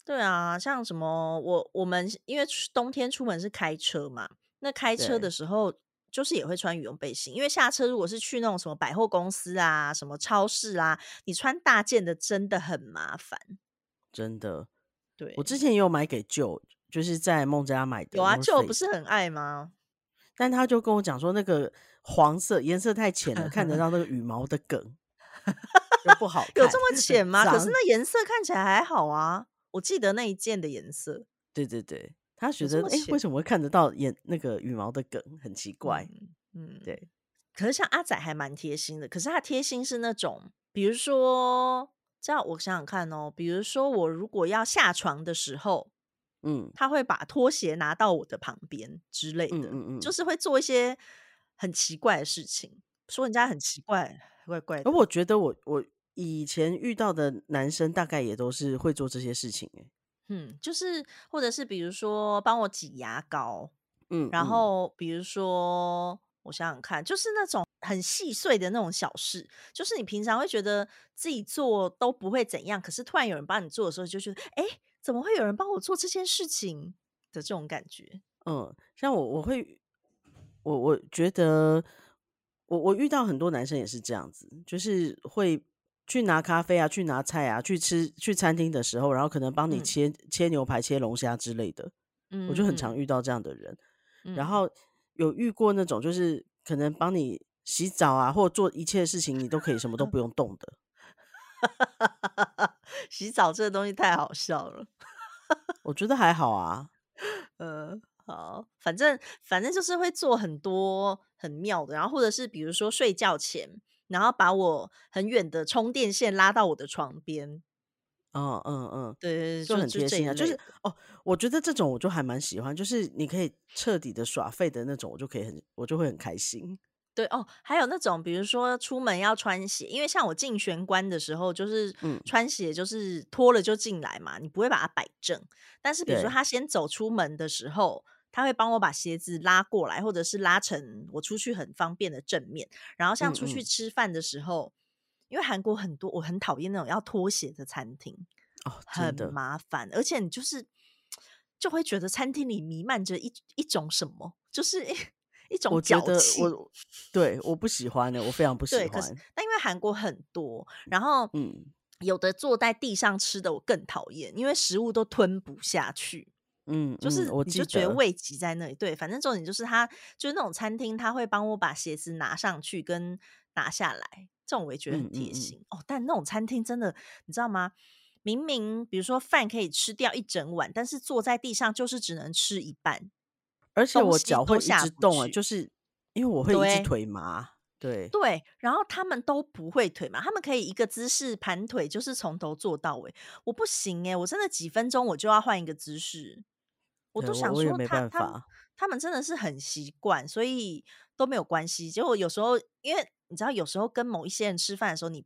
[SPEAKER 2] 对啊，像什么我我们因为出冬天出门是开车嘛，那开车的
[SPEAKER 1] 对，
[SPEAKER 2] 时候就是也会穿羽绒背心，因为下车如果是去那种什么百货公司啊、什么超市啊，你穿大件的真的很麻烦。
[SPEAKER 1] 真的，我之
[SPEAKER 2] 对，
[SPEAKER 1] 前也有买给舅，就是在孟加拉买的
[SPEAKER 2] 有啊，
[SPEAKER 1] North
[SPEAKER 2] 就不
[SPEAKER 1] Face，
[SPEAKER 2] 是很爱吗？
[SPEAKER 1] 但他就跟我讲说那个黄色颜色太浅了，看得到那个羽毛的梗，就不好
[SPEAKER 2] 有
[SPEAKER 1] 看，
[SPEAKER 2] 这么
[SPEAKER 1] 很
[SPEAKER 2] 浅吗？可是
[SPEAKER 1] 脏。
[SPEAKER 2] 那颜色看起来还好啊，我记得那一件的颜色
[SPEAKER 1] 对对对，他觉
[SPEAKER 2] 有这
[SPEAKER 1] 得
[SPEAKER 2] 么
[SPEAKER 1] 哎、诶为
[SPEAKER 2] 浅。
[SPEAKER 1] 什么会看得到眼那个羽毛的梗，很奇怪。
[SPEAKER 2] 嗯嗯，
[SPEAKER 1] 对，
[SPEAKER 2] 可是像阿仔还蛮贴心的，可是他贴心是那种，比如说，这样我想想看哦，比如说我如果要下床的时候，
[SPEAKER 1] 嗯
[SPEAKER 2] 他会把拖鞋拿到我的旁边之类
[SPEAKER 1] 嗯
[SPEAKER 2] 的，
[SPEAKER 1] 嗯
[SPEAKER 2] 就
[SPEAKER 1] 嗯。
[SPEAKER 2] 是会做一些很奇怪的事情，说人家很奇怪，怪怪
[SPEAKER 1] 而
[SPEAKER 2] 的。
[SPEAKER 1] 我觉得我我以前遇到的男生大概也都是会做这些事情、欸，
[SPEAKER 2] 嗯，就是或者是比如说帮我挤牙膏，
[SPEAKER 1] 嗯
[SPEAKER 2] 然
[SPEAKER 1] 嗯，
[SPEAKER 2] 后比如说，我想想看，就是那种很细碎的那种小事，就是你平常会觉得自己做都不会怎样，可是突然有人帮你做的时候，你就觉得，哎，怎么会有人帮我做这件事情的这种感觉？
[SPEAKER 1] 嗯，像我我会，我我觉得我我遇到很多男生也是这样子，就是会去拿咖啡啊，去拿菜啊，去吃去餐厅的时候，然后可能帮你
[SPEAKER 2] 嗯
[SPEAKER 1] 切切牛排、切龙虾之类的，我
[SPEAKER 2] 嗯
[SPEAKER 1] 就很常
[SPEAKER 2] 嗯
[SPEAKER 1] 遇到这样的人。然
[SPEAKER 2] 嗯，
[SPEAKER 1] 后有遇过那种就是可能帮你洗澡啊，或做一切事情，你都可以什
[SPEAKER 2] 嗯
[SPEAKER 1] 么都不用动的。
[SPEAKER 2] 洗澡这个东西太好笑了。
[SPEAKER 1] 我觉得还好啊，
[SPEAKER 2] 呃，好，反正反正就是会做很多很妙的，然后或者是比如说睡觉前，然后把我很远的充电线拉到我的床边，
[SPEAKER 1] 嗯嗯嗯，
[SPEAKER 2] 对对对，
[SPEAKER 1] 就
[SPEAKER 2] 就
[SPEAKER 1] 很
[SPEAKER 2] 就
[SPEAKER 1] 贴
[SPEAKER 2] 这一
[SPEAKER 1] 心啊。就
[SPEAKER 2] 类
[SPEAKER 1] 是
[SPEAKER 2] 的。
[SPEAKER 1] 哦，我觉得这种我就还蛮喜欢，就是你可以彻底的耍废的那种，我就可以很，我就会很开心。
[SPEAKER 2] 对哦，还有那种比如说出门要穿鞋，因为像我进玄关的时候，就是
[SPEAKER 1] 嗯，
[SPEAKER 2] 穿鞋就是脱了就进来嘛，你不会把它摆正。但是比如说
[SPEAKER 1] 对，
[SPEAKER 2] 他先走出门的时候，他会帮我把鞋子拉过来，或者是拉成我出去很方便的正面。然后像
[SPEAKER 1] 嗯
[SPEAKER 2] 出去
[SPEAKER 1] 嗯，
[SPEAKER 2] 吃饭的时候，因为韩国很多我很讨厌那种要脱鞋的餐厅，
[SPEAKER 1] 哦，真
[SPEAKER 2] 很
[SPEAKER 1] 的，
[SPEAKER 2] 麻烦，而且你就是就会觉得餐厅里弥漫着一一种什么，就是一一种
[SPEAKER 1] 我觉
[SPEAKER 2] 脚
[SPEAKER 1] 得
[SPEAKER 2] 气。
[SPEAKER 1] 我对我不喜欢的、欸我非常不喜
[SPEAKER 2] 对，可是
[SPEAKER 1] 欢。
[SPEAKER 2] 但因为韩国很多，然后
[SPEAKER 1] 嗯
[SPEAKER 2] 有的坐在地上吃的我更讨厌，因为食物都吞不下去，
[SPEAKER 1] 嗯
[SPEAKER 2] 就
[SPEAKER 1] 嗯，
[SPEAKER 2] 是
[SPEAKER 1] 我
[SPEAKER 2] 你就
[SPEAKER 1] 记
[SPEAKER 2] 觉得
[SPEAKER 1] 得，
[SPEAKER 2] 胃挤在那里。对，反正重点就是他就是那种餐厅，他会帮我把鞋子拿上去跟。拿下来，这种我也觉得很
[SPEAKER 1] 嗯嗯
[SPEAKER 2] 贴
[SPEAKER 1] 嗯
[SPEAKER 2] 心、哦。但那种餐厅真的，你知道吗？明明比如说饭可以吃掉一整碗，但是坐在地上就是只能吃一半。
[SPEAKER 1] 而且
[SPEAKER 2] 东
[SPEAKER 1] 我
[SPEAKER 2] 西
[SPEAKER 1] 脚
[SPEAKER 2] 都
[SPEAKER 1] 会一
[SPEAKER 2] 下
[SPEAKER 1] 直
[SPEAKER 2] 不
[SPEAKER 1] 动啊，
[SPEAKER 2] 去
[SPEAKER 1] 就是因为我会一
[SPEAKER 2] 对
[SPEAKER 1] 直腿麻，对，
[SPEAKER 2] 对，然后他们都不会腿嘛，他们可以一个姿势盘腿，就是从头做到尾。我不行哎、我真的几分钟我就要换一个姿势，我
[SPEAKER 1] 对
[SPEAKER 2] 都想
[SPEAKER 1] 我也
[SPEAKER 2] 说
[SPEAKER 1] 没
[SPEAKER 2] 他
[SPEAKER 1] 办
[SPEAKER 2] 他们
[SPEAKER 1] 法，
[SPEAKER 2] 他们真的是很习惯，所以都没有关系。结果有时候因为你知道，有时候跟某一些人吃饭的时候，你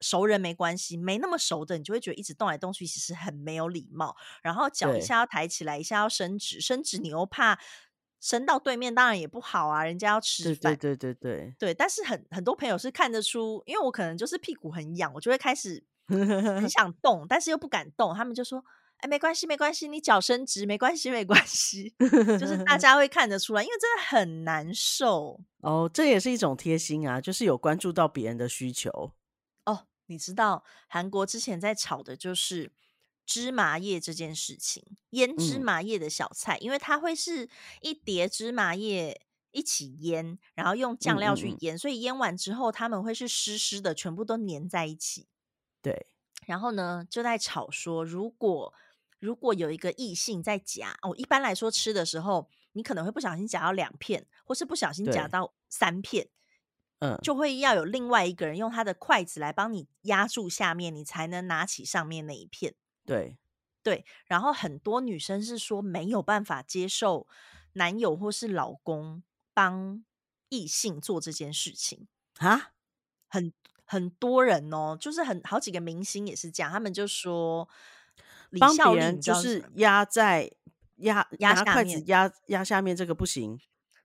[SPEAKER 2] 熟人没关系，没那么熟的，你就会觉得一直动来动去，其实很没有礼貌。然后脚一
[SPEAKER 1] 对
[SPEAKER 2] 下要抬起来，一下要伸直，伸直你又怕伸到对面，当然也不好啊，人家要吃
[SPEAKER 1] 对对
[SPEAKER 2] 饭。
[SPEAKER 1] 对对对，
[SPEAKER 2] 对，但是很很多朋友是看得出，因为我可能就是屁股很痒，我就会开始 很想动，但是又不敢动。他们就说：“哎，没关系，没关系，你脚伸直，没关系，没关系。”就是 大家会看得出来，因为真的很难受
[SPEAKER 1] 哦，这也是一种贴心啊，就是有关注到别人的需求，
[SPEAKER 2] 哦。你知道韩国之前在吵的就是芝麻叶这件事情，腌芝
[SPEAKER 1] 嗯
[SPEAKER 2] 麻叶的小菜，因为它会是一碟芝麻叶。一起腌，然后用酱
[SPEAKER 1] 嗯
[SPEAKER 2] 料
[SPEAKER 1] 嗯
[SPEAKER 2] 去
[SPEAKER 1] 嗯
[SPEAKER 2] 腌，所以腌完之后，它们会是湿湿的，全部都粘在一起。
[SPEAKER 1] 对，
[SPEAKER 2] 然后呢，就在吵说，如果如果有一个异性在夹，哦，一般来说吃的时候，你可能会不小心夹到两片，或是不小心夹
[SPEAKER 1] 对
[SPEAKER 2] 到三片，
[SPEAKER 1] 嗯，
[SPEAKER 2] 就会要有另外一个人用他的筷子来帮你压住下面，你才能拿起上面那一片。
[SPEAKER 1] 对，
[SPEAKER 2] 对，然后很多女生是说没有办法接受男友或是老公帮异性做这件事情。
[SPEAKER 1] 啊，
[SPEAKER 2] 很很多人哦，就是很好几个明星也是这样，他们就说李
[SPEAKER 1] 帮
[SPEAKER 2] 孝
[SPEAKER 1] 别
[SPEAKER 2] 利，
[SPEAKER 1] 人
[SPEAKER 2] 你知
[SPEAKER 1] 就
[SPEAKER 2] 道是什
[SPEAKER 1] 是
[SPEAKER 2] 么？
[SPEAKER 1] 压在压
[SPEAKER 2] 压
[SPEAKER 1] 拿
[SPEAKER 2] 下
[SPEAKER 1] 筷子
[SPEAKER 2] 面
[SPEAKER 1] 压压下面这个不行，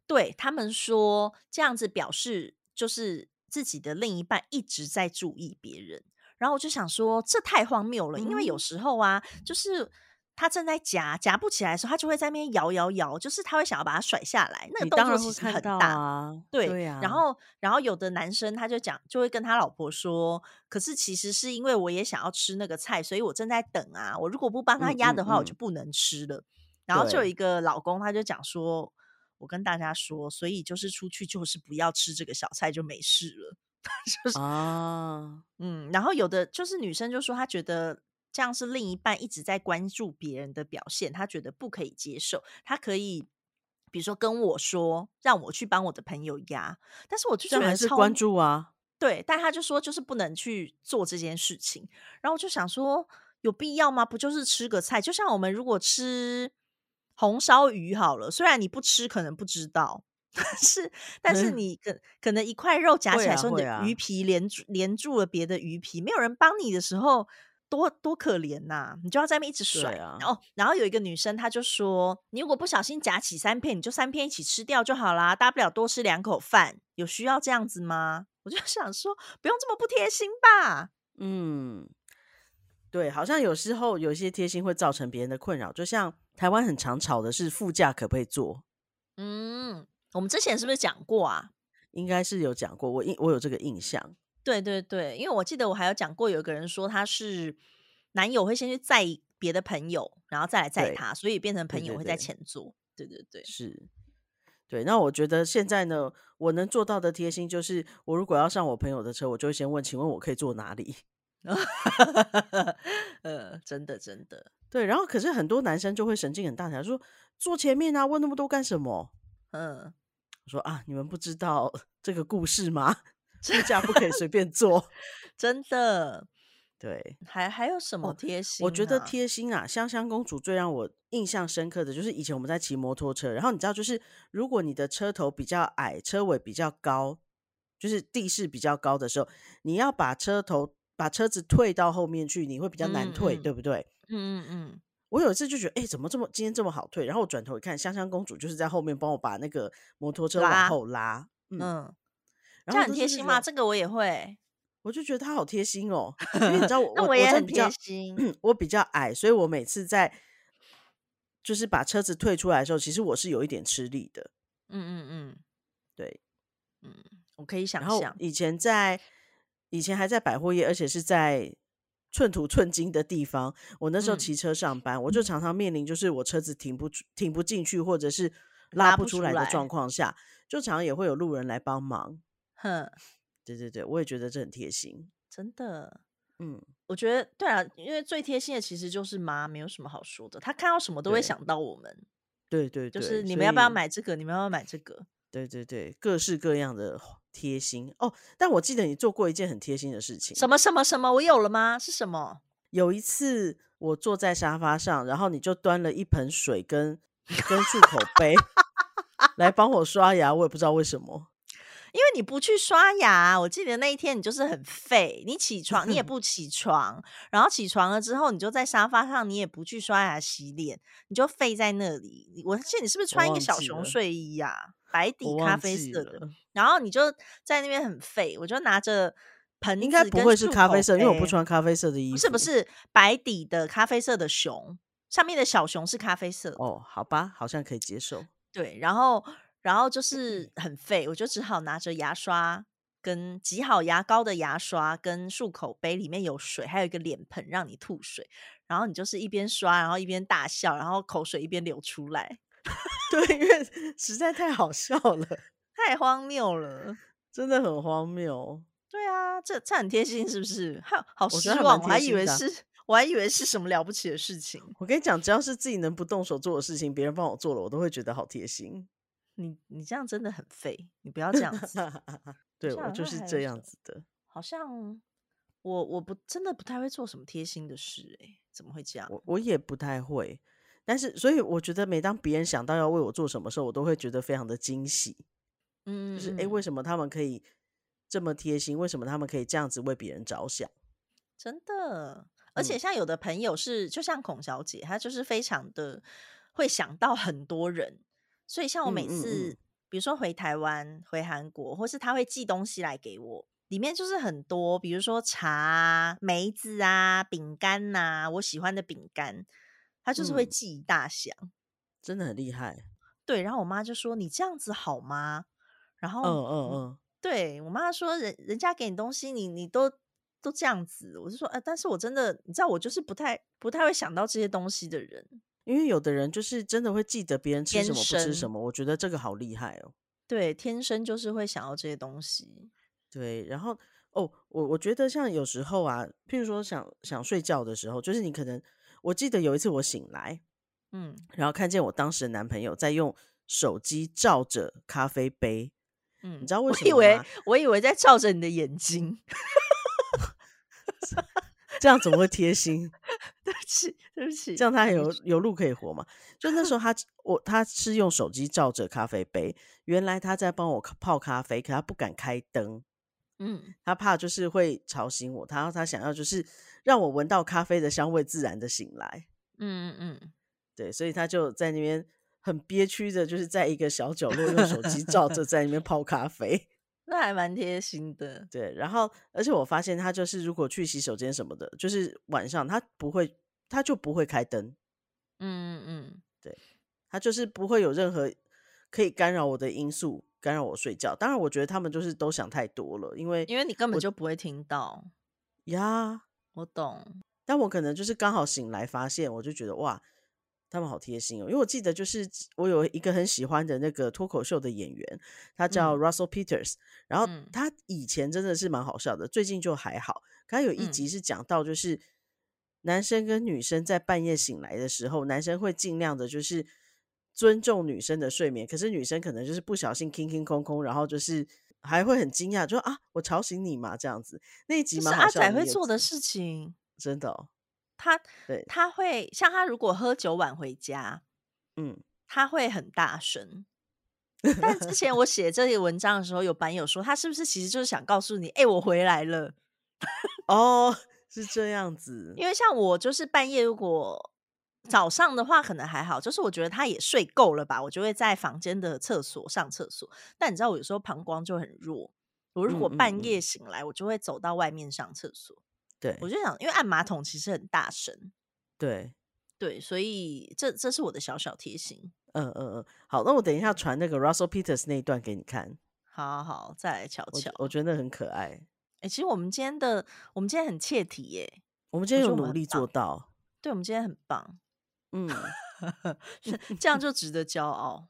[SPEAKER 2] 对他们说这样子表示就是自己的另一半一直在注意别人，然后我就想说这太荒谬了，因为有
[SPEAKER 1] 嗯
[SPEAKER 2] 时候啊，就是。他正在夹夹不起来的时候，他就会在那边摇摇摇，就是他会想要把它甩下来，那个
[SPEAKER 1] 你
[SPEAKER 2] 动
[SPEAKER 1] 当
[SPEAKER 2] 作
[SPEAKER 1] 然
[SPEAKER 2] 其
[SPEAKER 1] 会
[SPEAKER 2] 实
[SPEAKER 1] 看
[SPEAKER 2] 很
[SPEAKER 1] 到
[SPEAKER 2] 大，
[SPEAKER 1] 啊，
[SPEAKER 2] 对，
[SPEAKER 1] 对啊，
[SPEAKER 2] 然后然后有的男生他就讲，就会跟他老婆说，可是其实是因为我也想要吃那个菜，所以我正在等啊，我如果不帮他
[SPEAKER 1] 嗯
[SPEAKER 2] 压
[SPEAKER 1] 嗯
[SPEAKER 2] 的话，我就
[SPEAKER 1] 嗯，
[SPEAKER 2] 不能吃了。然后就有
[SPEAKER 1] 对，
[SPEAKER 2] 一个老公他就讲说，我跟大家说，所以就是出去就是不要吃这个小菜就没事了，就是
[SPEAKER 1] 啊，
[SPEAKER 2] 嗯，然后有的就是女生就说她觉得。这样是另一半一直在关注别人的表现，她觉得不可以接受。她可以，比如说跟我说，让我去帮我的朋友压，但是我就
[SPEAKER 1] 这样
[SPEAKER 2] 觉得
[SPEAKER 1] 还是
[SPEAKER 2] 超
[SPEAKER 1] 关注啊，
[SPEAKER 2] 对，但他就说就是不能去做这件事情。然后我就想说，有必要吗？不就是吃个菜？就像我们如果吃红烧鱼好了，虽然你不吃可能不知道， 但是但是你可可能一块肉夹
[SPEAKER 1] 嗯
[SPEAKER 2] 起
[SPEAKER 1] 会
[SPEAKER 2] 来的
[SPEAKER 1] 啊
[SPEAKER 2] 时候，你
[SPEAKER 1] 会
[SPEAKER 2] 的鱼
[SPEAKER 1] 啊，
[SPEAKER 2] 皮连住连住了别的鱼皮，没有人帮你的时候。多多可怜呐、你就要在那边一直甩，
[SPEAKER 1] 对啊，
[SPEAKER 2] 然后然后有一个女生，她就说，你如果不小心夹起三片，你就三片一起吃掉就好啦，大不了多吃两口饭，有需要这样子吗？ 我就想说，不用这么不贴心吧。
[SPEAKER 1] 嗯，对，好像有时候有一些贴心会造成别人的困扰，就像台湾很常吵的是副驾可不可以坐，
[SPEAKER 2] 嗯，我们之前是不是讲过啊？
[SPEAKER 1] 应该是有讲过，我印我有这个印象，
[SPEAKER 2] 对对对，因为我记得我还有讲过，有一个人说他是男友会先去载别的朋友，然后再来载
[SPEAKER 1] 对
[SPEAKER 2] 他，所以变
[SPEAKER 1] 对
[SPEAKER 2] 成朋友
[SPEAKER 1] 对
[SPEAKER 2] 会在
[SPEAKER 1] 对，
[SPEAKER 2] 前座。对对对，
[SPEAKER 1] 是。对，那我觉得现在呢，我能做到的贴心就是，我如果要上我朋友的车，我就会先问，请问我可以坐哪里？
[SPEAKER 2] 呃，真的真的，
[SPEAKER 1] 对，然后可是很多男生就会神经很大条，说坐前面啊，问那么多干什么？
[SPEAKER 2] 嗯，
[SPEAKER 1] 我说啊，你们不知道这个故事吗？副驾不可以随便坐。
[SPEAKER 2] 真的，
[SPEAKER 1] 对，
[SPEAKER 2] 还还有什么
[SPEAKER 1] 哦，
[SPEAKER 2] 贴
[SPEAKER 1] 我觉
[SPEAKER 2] 心
[SPEAKER 1] 得
[SPEAKER 2] 啊？
[SPEAKER 1] 贴心啊，香香公主最让我印象深刻的就是以前我们在骑摩托车，然后你知道，就是如果你的车头比较矮，车尾比较高，就是地势比较高的时候，你要把车头把车子退到后面去，你会比较难
[SPEAKER 2] 嗯
[SPEAKER 1] 退，
[SPEAKER 2] 嗯
[SPEAKER 1] 对不对？
[SPEAKER 2] 嗯嗯嗯，
[SPEAKER 1] 我有一次就觉得，哎、怎么这么今天这么好退？然后我转头一看，香香公主就是在后面帮我把那个摩托车往
[SPEAKER 2] 拉，
[SPEAKER 1] 后拉，嗯，
[SPEAKER 2] 嗯，
[SPEAKER 1] 然
[SPEAKER 2] 这
[SPEAKER 1] 后我
[SPEAKER 2] 样很
[SPEAKER 1] 那时
[SPEAKER 2] 贴
[SPEAKER 1] 候就
[SPEAKER 2] 心
[SPEAKER 1] 觉
[SPEAKER 2] 吗？
[SPEAKER 1] 得，
[SPEAKER 2] 这个我也会，
[SPEAKER 1] 我就觉得她好贴心哦，因为 你知道我
[SPEAKER 2] 那
[SPEAKER 1] 我
[SPEAKER 2] 我
[SPEAKER 1] 我
[SPEAKER 2] 也
[SPEAKER 1] 真的
[SPEAKER 2] 很
[SPEAKER 1] 比
[SPEAKER 2] 贴
[SPEAKER 1] 较
[SPEAKER 2] 心。
[SPEAKER 1] 我比较矮，所以我每次在就是把车子退出来的时候，其实我是有一点吃力的，
[SPEAKER 2] 嗯嗯
[SPEAKER 1] 对。
[SPEAKER 2] 嗯嗯，我可以想
[SPEAKER 1] 然后
[SPEAKER 2] 象。
[SPEAKER 1] 以前在以前还在百货业，而且是在寸土寸金的地方，我那时候
[SPEAKER 2] 嗯，
[SPEAKER 1] 骑车上班，我就常常面临就是我车子停不出停不进去，或者是拉
[SPEAKER 2] 拉
[SPEAKER 1] 不
[SPEAKER 2] 不
[SPEAKER 1] 出
[SPEAKER 2] 出
[SPEAKER 1] 来的状
[SPEAKER 2] 来。
[SPEAKER 1] 况下，就常常也会有路人来帮忙。
[SPEAKER 2] 哼，
[SPEAKER 1] 对对对，我也觉得这很贴心。
[SPEAKER 2] 真的。
[SPEAKER 1] 嗯，
[SPEAKER 2] 我觉得对啊，因为最贴心的其实就是妈，没有什么好说的。她看到什么都会
[SPEAKER 1] 对
[SPEAKER 2] 想到我们，
[SPEAKER 1] 对对
[SPEAKER 2] 就
[SPEAKER 1] 对，
[SPEAKER 2] 是你
[SPEAKER 1] 所
[SPEAKER 2] 们要不要
[SPEAKER 1] 以
[SPEAKER 2] 买这个？你们要不要买这个？
[SPEAKER 1] 对对对，各式各样的贴心哦。但我记得你做过一件很贴心的事情，
[SPEAKER 2] 什么什么什么？我有了吗？是什么？
[SPEAKER 1] 有一次我坐在沙发上，然后你就端了一盆水跟跟漱口 杯来帮我刷牙，我也不知道为什么。
[SPEAKER 2] 因为你不去刷牙，我记得那一天你就是很废，你起床你
[SPEAKER 1] 嗯
[SPEAKER 2] 也不起床，然后起床了之后你就在沙发上，你也不去刷牙洗脸，你就废在那里。你我记得你是不是穿一
[SPEAKER 1] 忘
[SPEAKER 2] 个小
[SPEAKER 1] 记
[SPEAKER 2] 熊
[SPEAKER 1] 了
[SPEAKER 2] 睡衣呀、白底
[SPEAKER 1] 我
[SPEAKER 2] 咖
[SPEAKER 1] 忘
[SPEAKER 2] 啡
[SPEAKER 1] 记
[SPEAKER 2] 色的，
[SPEAKER 1] 了，
[SPEAKER 2] 然后你就在那边很废，我就拿着盆
[SPEAKER 1] 应该
[SPEAKER 2] 子
[SPEAKER 1] 不
[SPEAKER 2] 跟
[SPEAKER 1] 会是
[SPEAKER 2] 漱
[SPEAKER 1] 咖
[SPEAKER 2] 口
[SPEAKER 1] 啡色，因为我不
[SPEAKER 2] 杯
[SPEAKER 1] 穿咖啡色的衣服。
[SPEAKER 2] 不是不是白底的咖啡色的熊，上面的小熊是咖啡色的，
[SPEAKER 1] 哦，好吧，好像可以接 受。
[SPEAKER 2] 对，然后然
[SPEAKER 1] 嗯
[SPEAKER 2] 后就是很废，我就只好拿着牙刷跟挤好牙膏的牙刷跟漱口杯里面有水，还有一个脸盆让你吐水，然后你就是一边刷，然后一边大笑，然后口水一边流出来，
[SPEAKER 1] 对，因为实在太好笑了，
[SPEAKER 2] 太荒谬了。
[SPEAKER 1] 真的很荒谬。
[SPEAKER 2] 对啊，这这很贴心是不是？好好
[SPEAKER 1] 我
[SPEAKER 2] 失
[SPEAKER 1] 觉得还蛮
[SPEAKER 2] 望，我
[SPEAKER 1] 贴
[SPEAKER 2] 还以
[SPEAKER 1] 心
[SPEAKER 2] 为
[SPEAKER 1] 的啊
[SPEAKER 2] 是我还以为是什么了不起的事情。
[SPEAKER 1] 我跟你讲，只要是自己能不动手做的事情，别人帮我做了，我都会觉得好贴 心。
[SPEAKER 2] 你你这样真的很废，你不要这样 子。
[SPEAKER 1] 对，
[SPEAKER 2] 像
[SPEAKER 1] 我
[SPEAKER 2] 好
[SPEAKER 1] 就
[SPEAKER 2] 像
[SPEAKER 1] 是
[SPEAKER 2] 还有
[SPEAKER 1] 这
[SPEAKER 2] 什
[SPEAKER 1] 样
[SPEAKER 2] 么
[SPEAKER 1] 子的。
[SPEAKER 2] 好像我我不真的不太会做什么贴心的事、欸，怎么会这样？
[SPEAKER 1] 我我也不太会，但是所以我觉得每当别人想到要为我做什么时候，我都会觉得非常的惊喜，
[SPEAKER 2] 嗯，
[SPEAKER 1] 就是诶，为
[SPEAKER 2] 嗯
[SPEAKER 1] 什么他们可以这么贴心？为什么他们可以这样子为别人着想？
[SPEAKER 2] 真的，而且
[SPEAKER 1] 嗯
[SPEAKER 2] 像有的朋友是，就像孔小姐，她就是非常的会想到很多人，所以像我
[SPEAKER 1] 嗯
[SPEAKER 2] 每
[SPEAKER 1] 嗯
[SPEAKER 2] 次，
[SPEAKER 1] 嗯
[SPEAKER 2] 比如说回台湾、回韩国，或是她会寄东西来给我，里面就是很多，比如说茶啊、梅子啊、饼干呐、我喜欢的饼干，她就是会
[SPEAKER 1] 嗯
[SPEAKER 2] 寄一大箱。
[SPEAKER 1] 真的很厉害。
[SPEAKER 2] 对，然后我妈就说：“你这样子好吗？”
[SPEAKER 1] 嗯
[SPEAKER 2] 然后
[SPEAKER 1] 嗯
[SPEAKER 2] 嗯
[SPEAKER 1] 嗯，
[SPEAKER 2] 对我妈说人人家给你东西，你你都都这样子，我就说，呃，但是我真的，你知道，我就是不太不太会想到这些东西的人。
[SPEAKER 1] 因为有的人就是真的会记得别人吃
[SPEAKER 2] 天
[SPEAKER 1] 什么不吃什
[SPEAKER 2] 生
[SPEAKER 1] 么，我觉得这个好厉害哦。
[SPEAKER 2] 对，天生就是会想要这些东西。
[SPEAKER 1] 对，然后哦，我我觉得像有时候啊，譬如说想想睡觉的时候，就是你可能，我记得有一次我醒来，
[SPEAKER 2] 嗯
[SPEAKER 1] 然后看见我当时的男朋友在用手机照着咖啡杯，
[SPEAKER 2] 嗯，
[SPEAKER 1] 知道为
[SPEAKER 2] 我
[SPEAKER 1] 什
[SPEAKER 2] 以
[SPEAKER 1] 么
[SPEAKER 2] 为
[SPEAKER 1] 吗
[SPEAKER 2] 我以为在照着你的眼睛，
[SPEAKER 1] 这样怎么会贴心？
[SPEAKER 2] 对不起，对不起，
[SPEAKER 1] 这样他还
[SPEAKER 2] 你
[SPEAKER 1] 有有路可以活嘛？就那时候他我他是用手机照着咖啡杯，原来他在帮我泡咖啡，可他不敢开灯，
[SPEAKER 2] 嗯，
[SPEAKER 1] 他怕就是会吵醒我，他他想要就是让我闻到咖啡的香味，自然的醒来。
[SPEAKER 2] 嗯嗯
[SPEAKER 1] 对，所以他就在那边很憋屈的，就是在一个小角落用手机照着在那边泡咖啡。
[SPEAKER 2] 那还蛮贴心的。
[SPEAKER 1] 对，然后而且我发现他就是如果去洗手间什么的，就是晚上他不会，他就不会开灯，
[SPEAKER 2] 嗯嗯
[SPEAKER 1] 他就是不会有任何可以干扰我的因素干扰我睡觉。当然，我觉得他们就是都想太多了，因为
[SPEAKER 2] 因为你根本就不会听到，
[SPEAKER 1] 呀，
[SPEAKER 2] 我懂。
[SPEAKER 1] 但我可能就是刚好醒来发现，我就觉得哇。他们好贴心哦，因为我记得就是我有一个很喜欢的那个脱口秀的演员，他叫
[SPEAKER 2] 嗯
[SPEAKER 1] Russell Peters，然后
[SPEAKER 2] 嗯
[SPEAKER 1] 他以前真的是蛮好笑的，最近就还好。可他有一
[SPEAKER 2] 嗯
[SPEAKER 1] 集是讲到就是男生跟女生在半夜醒来的时候，男生会尽量的就是尊重女生的睡眠，可是女生可能就是不小心 king king 空空，然后就是还会很惊讶，就说啊我吵醒你嘛这样子。那一集
[SPEAKER 2] 这是
[SPEAKER 1] 蛮好
[SPEAKER 2] 阿
[SPEAKER 1] 笑的，
[SPEAKER 2] 仔
[SPEAKER 1] 你
[SPEAKER 2] 会
[SPEAKER 1] 有
[SPEAKER 2] 做的
[SPEAKER 1] 记
[SPEAKER 2] 事情。
[SPEAKER 1] 真的、哦、
[SPEAKER 2] 他
[SPEAKER 1] 对，
[SPEAKER 2] 他会像他如果喝酒晚回家，
[SPEAKER 1] 嗯。
[SPEAKER 2] 他会很大 声。但之前我写这些文章的时候，有版友说他是不是其实就是想告诉你，哎、我回来了。
[SPEAKER 1] 哦，是这样子
[SPEAKER 2] 因为像我就是半夜如果早上的话可能还好，就是我觉得他也睡够了吧，我就会在房间的厕所上厕所。但你知道我有时候膀胱就很弱，我如
[SPEAKER 1] 嗯
[SPEAKER 2] 果
[SPEAKER 1] 嗯
[SPEAKER 2] 半夜
[SPEAKER 1] 嗯
[SPEAKER 2] 醒来，我就会走到外面上厕所。
[SPEAKER 1] 对
[SPEAKER 2] 我就想，因为按马桶其实很大声，
[SPEAKER 1] 对，
[SPEAKER 2] 对，所以这这是我的小小贴心。
[SPEAKER 1] 嗯嗯嗯，好，那我等一下传那个 Russell Peters 那一段给你看，
[SPEAKER 2] 好好好，哦再来瞧
[SPEAKER 1] 我
[SPEAKER 2] 瞧
[SPEAKER 1] 觉。我觉得很可爱。
[SPEAKER 2] 哎、其实我们今天的我们今天很切题耶，
[SPEAKER 1] 我们今天
[SPEAKER 2] 觉
[SPEAKER 1] 有
[SPEAKER 2] 得我们
[SPEAKER 1] 努
[SPEAKER 2] 很
[SPEAKER 1] 力做到，
[SPEAKER 2] 对我们今天很棒，
[SPEAKER 1] 嗯，
[SPEAKER 2] 这样就值得骄傲。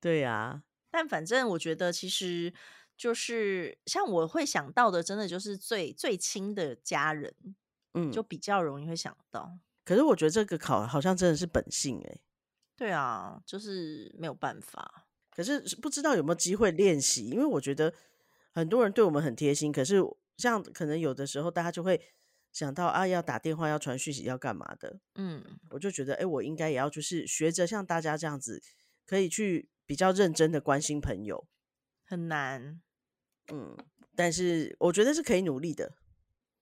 [SPEAKER 1] 对呀、
[SPEAKER 2] 但反正我觉得，其实就是像我会想到的，真的就是最最亲的家人，
[SPEAKER 1] 嗯，
[SPEAKER 2] 就比较容易会想到。
[SPEAKER 1] 可是我觉得这个考好像真的是本性哎、
[SPEAKER 2] 对啊，就是没有办法。
[SPEAKER 1] 可是是不知道有没有机会练习，因为我觉得很多人对我们很贴心，可是像可能有的时候大家就会想到啊，要打电话、要传讯息、要干嘛的，
[SPEAKER 2] 嗯，
[SPEAKER 1] 我就觉得哎、诶我应该也要就是学着像大家这样子，可以去比较认真的关心朋友，
[SPEAKER 2] 很难。
[SPEAKER 1] 嗯，但是我觉得是可以努力的，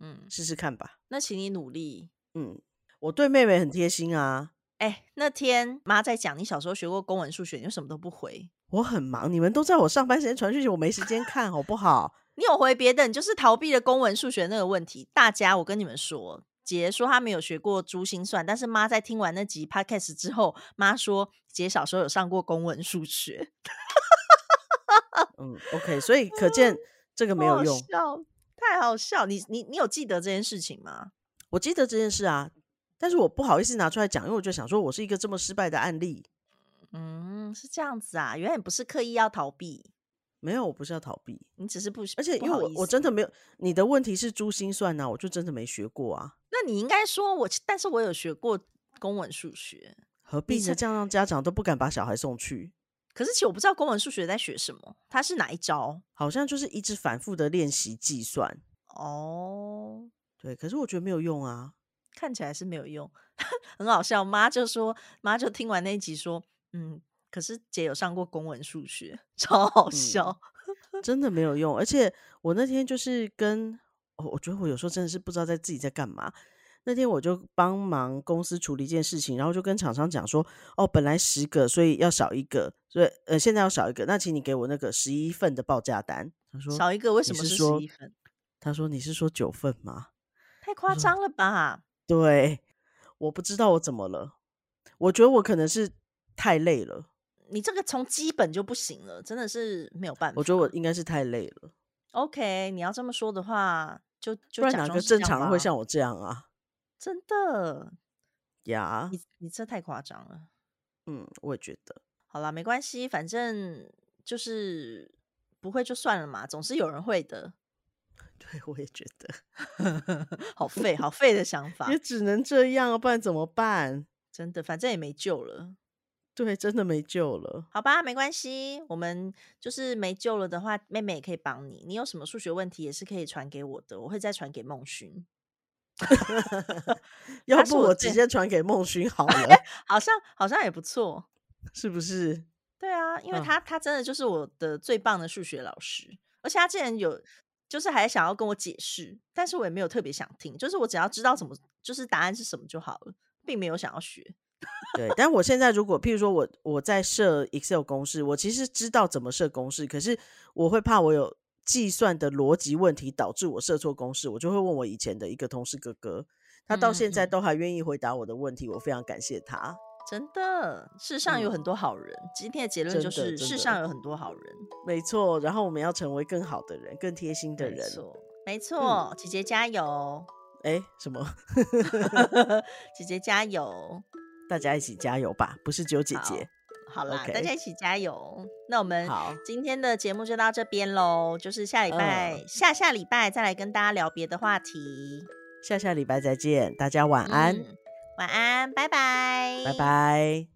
[SPEAKER 2] 嗯，
[SPEAKER 1] 试试看吧，
[SPEAKER 2] 那请你努力。
[SPEAKER 1] 嗯，我对妹妹很贴心啊，
[SPEAKER 2] 哎、那天妈在讲你小时候学过公文、数学，你就什么都不回。
[SPEAKER 1] 我很忙，你们都在我上班时间传讯息，我没时间看好不好？
[SPEAKER 2] 你有回别的，你就是逃避了公文、数学那个问题。大家，我跟你们说，姐说她没有学过珠心算，但是妈在听完那集 podcast 之后，妈说姐小时候有上过公文、数学，
[SPEAKER 1] 嗯，OK，所以可 见这个没有
[SPEAKER 2] 好
[SPEAKER 1] 用。
[SPEAKER 2] 笑太好笑。你你你有记得这件事情吗？
[SPEAKER 1] 我记得这件事啊，但是我不好意思拿出来讲，因为我就想说我是一个这么失败的案例。
[SPEAKER 2] 嗯，是这样子啊，原来你不是刻意要逃避，
[SPEAKER 1] 没有，我不是要逃避，
[SPEAKER 2] 你只是不，
[SPEAKER 1] 而且
[SPEAKER 2] 不
[SPEAKER 1] 因为
[SPEAKER 2] 好
[SPEAKER 1] 我
[SPEAKER 2] 意
[SPEAKER 1] 我
[SPEAKER 2] 思
[SPEAKER 1] 真的没有你的问题是珠心算呐、我就真的没学过啊，
[SPEAKER 2] 那你应该说我，但是我有学过公文、数学，
[SPEAKER 1] 何必
[SPEAKER 2] 是
[SPEAKER 1] 呢？这样让家长都不敢把小孩送去，
[SPEAKER 2] 可是其实我不知道公文、数学在学什么，它是哪一招
[SPEAKER 1] 好像就是一直反复的练习计算。
[SPEAKER 2] 哦。
[SPEAKER 1] 对，可是我觉得没有用啊。
[SPEAKER 2] 看起来是没有用， 很好笑。妈就说，妈就听完那一集说，嗯，可是姐有上过公文数学， 超
[SPEAKER 1] 嗯
[SPEAKER 2] 好笑。
[SPEAKER 1] 真的没有用。而且我那天就是跟，哦、我觉得我有时候真的是不知道在自己在干嘛。那天我就帮忙公司处理一件事情，然后就跟厂商讲说，哦，本来十个，所以要少一个，所以呃现在要少一个，那请你给我那个十一份的报价单。他说
[SPEAKER 2] 少一个为
[SPEAKER 1] 你
[SPEAKER 2] 什么
[SPEAKER 1] 是
[SPEAKER 2] 是
[SPEAKER 1] 说
[SPEAKER 2] 十一分？
[SPEAKER 1] 他说你是说九份吗？
[SPEAKER 2] 太夸
[SPEAKER 1] 说
[SPEAKER 2] 张了吧？
[SPEAKER 1] 对，我不知道我怎么了，我觉得我可能是太累了，
[SPEAKER 2] 你这个从基本就不行了，真的是没有办法。
[SPEAKER 1] 我觉得我应该是太累了，
[SPEAKER 2] OK，你要这么说的话，就
[SPEAKER 1] 不
[SPEAKER 2] 就
[SPEAKER 1] 然
[SPEAKER 2] 假
[SPEAKER 1] 哪
[SPEAKER 2] 装
[SPEAKER 1] 个
[SPEAKER 2] 是这
[SPEAKER 1] 正
[SPEAKER 2] 样
[SPEAKER 1] 常人会
[SPEAKER 2] 吧
[SPEAKER 1] 像我这样啊？
[SPEAKER 2] 真的？
[SPEAKER 1] 呀，
[SPEAKER 2] 你你这太夸张了。
[SPEAKER 1] 嗯，我也觉得。
[SPEAKER 2] 好啦，没关系，反正就是不会就算了嘛，总是有人会 的。
[SPEAKER 1] 对，我也觉得，
[SPEAKER 2] 好废，好废的想 法
[SPEAKER 1] 也，只能这样啊，不然怎么办？
[SPEAKER 2] 真的，反正也没救了。
[SPEAKER 1] 对，真的没救了。
[SPEAKER 2] 好吧，没关系，我们就是没救了的话，妹妹也可以帮你。你有什么数学问题也是可以传给我的，我会再传给孟勋。
[SPEAKER 1] 要
[SPEAKER 2] 他是
[SPEAKER 1] 不
[SPEAKER 2] 我
[SPEAKER 1] 我
[SPEAKER 2] 最
[SPEAKER 1] 直接传给孟勋好 了，
[SPEAKER 2] 好像好像也不错，
[SPEAKER 1] 是不是？
[SPEAKER 2] 对啊，因为
[SPEAKER 1] 嗯
[SPEAKER 2] 他、他真的就是我的最棒的数学老师，而且他之前有就是还想要跟我解释，但是我也没有特别想听，就是我只要知道怎么就是答案是什么就好了，并没有想要学。
[SPEAKER 1] 对，但我现在如果譬如说我我在设 Excel 公式，我其实知道怎么设公式，可是我会怕我有计算的逻辑问题导致我设错公式，我就会问我以前的一个同事哥哥，他到
[SPEAKER 2] 嗯
[SPEAKER 1] 现在
[SPEAKER 2] 嗯
[SPEAKER 1] 都还愿意回答我的问题，我非常感谢他。
[SPEAKER 2] 真的，世上有很多好人。今天的结
[SPEAKER 1] 嗯
[SPEAKER 2] 论
[SPEAKER 1] 真
[SPEAKER 2] 就
[SPEAKER 1] 的
[SPEAKER 2] 是
[SPEAKER 1] 真
[SPEAKER 2] 世
[SPEAKER 1] 的
[SPEAKER 2] 上有很多好人。
[SPEAKER 1] 没错，然后我们要成为更好的人，更贴心的
[SPEAKER 2] 没
[SPEAKER 1] 人。嗯
[SPEAKER 2] 错，没错，姐姐加 油，
[SPEAKER 1] 哎，什么？
[SPEAKER 2] 姐姐加油，
[SPEAKER 1] 大家一起加油吧，不是只有姐
[SPEAKER 2] 好嗯
[SPEAKER 1] 姐。
[SPEAKER 2] 好啦
[SPEAKER 1] OK
[SPEAKER 2] 大家一起加油。那我们
[SPEAKER 1] 好
[SPEAKER 2] 今天的节目就到这边喽，就是下礼拜、
[SPEAKER 1] 嗯
[SPEAKER 2] 下下礼拜再来跟大家聊别的话题。嗯
[SPEAKER 1] 下下礼拜再见，大家晚安，
[SPEAKER 2] 嗯晚安，拜拜，
[SPEAKER 1] 拜拜。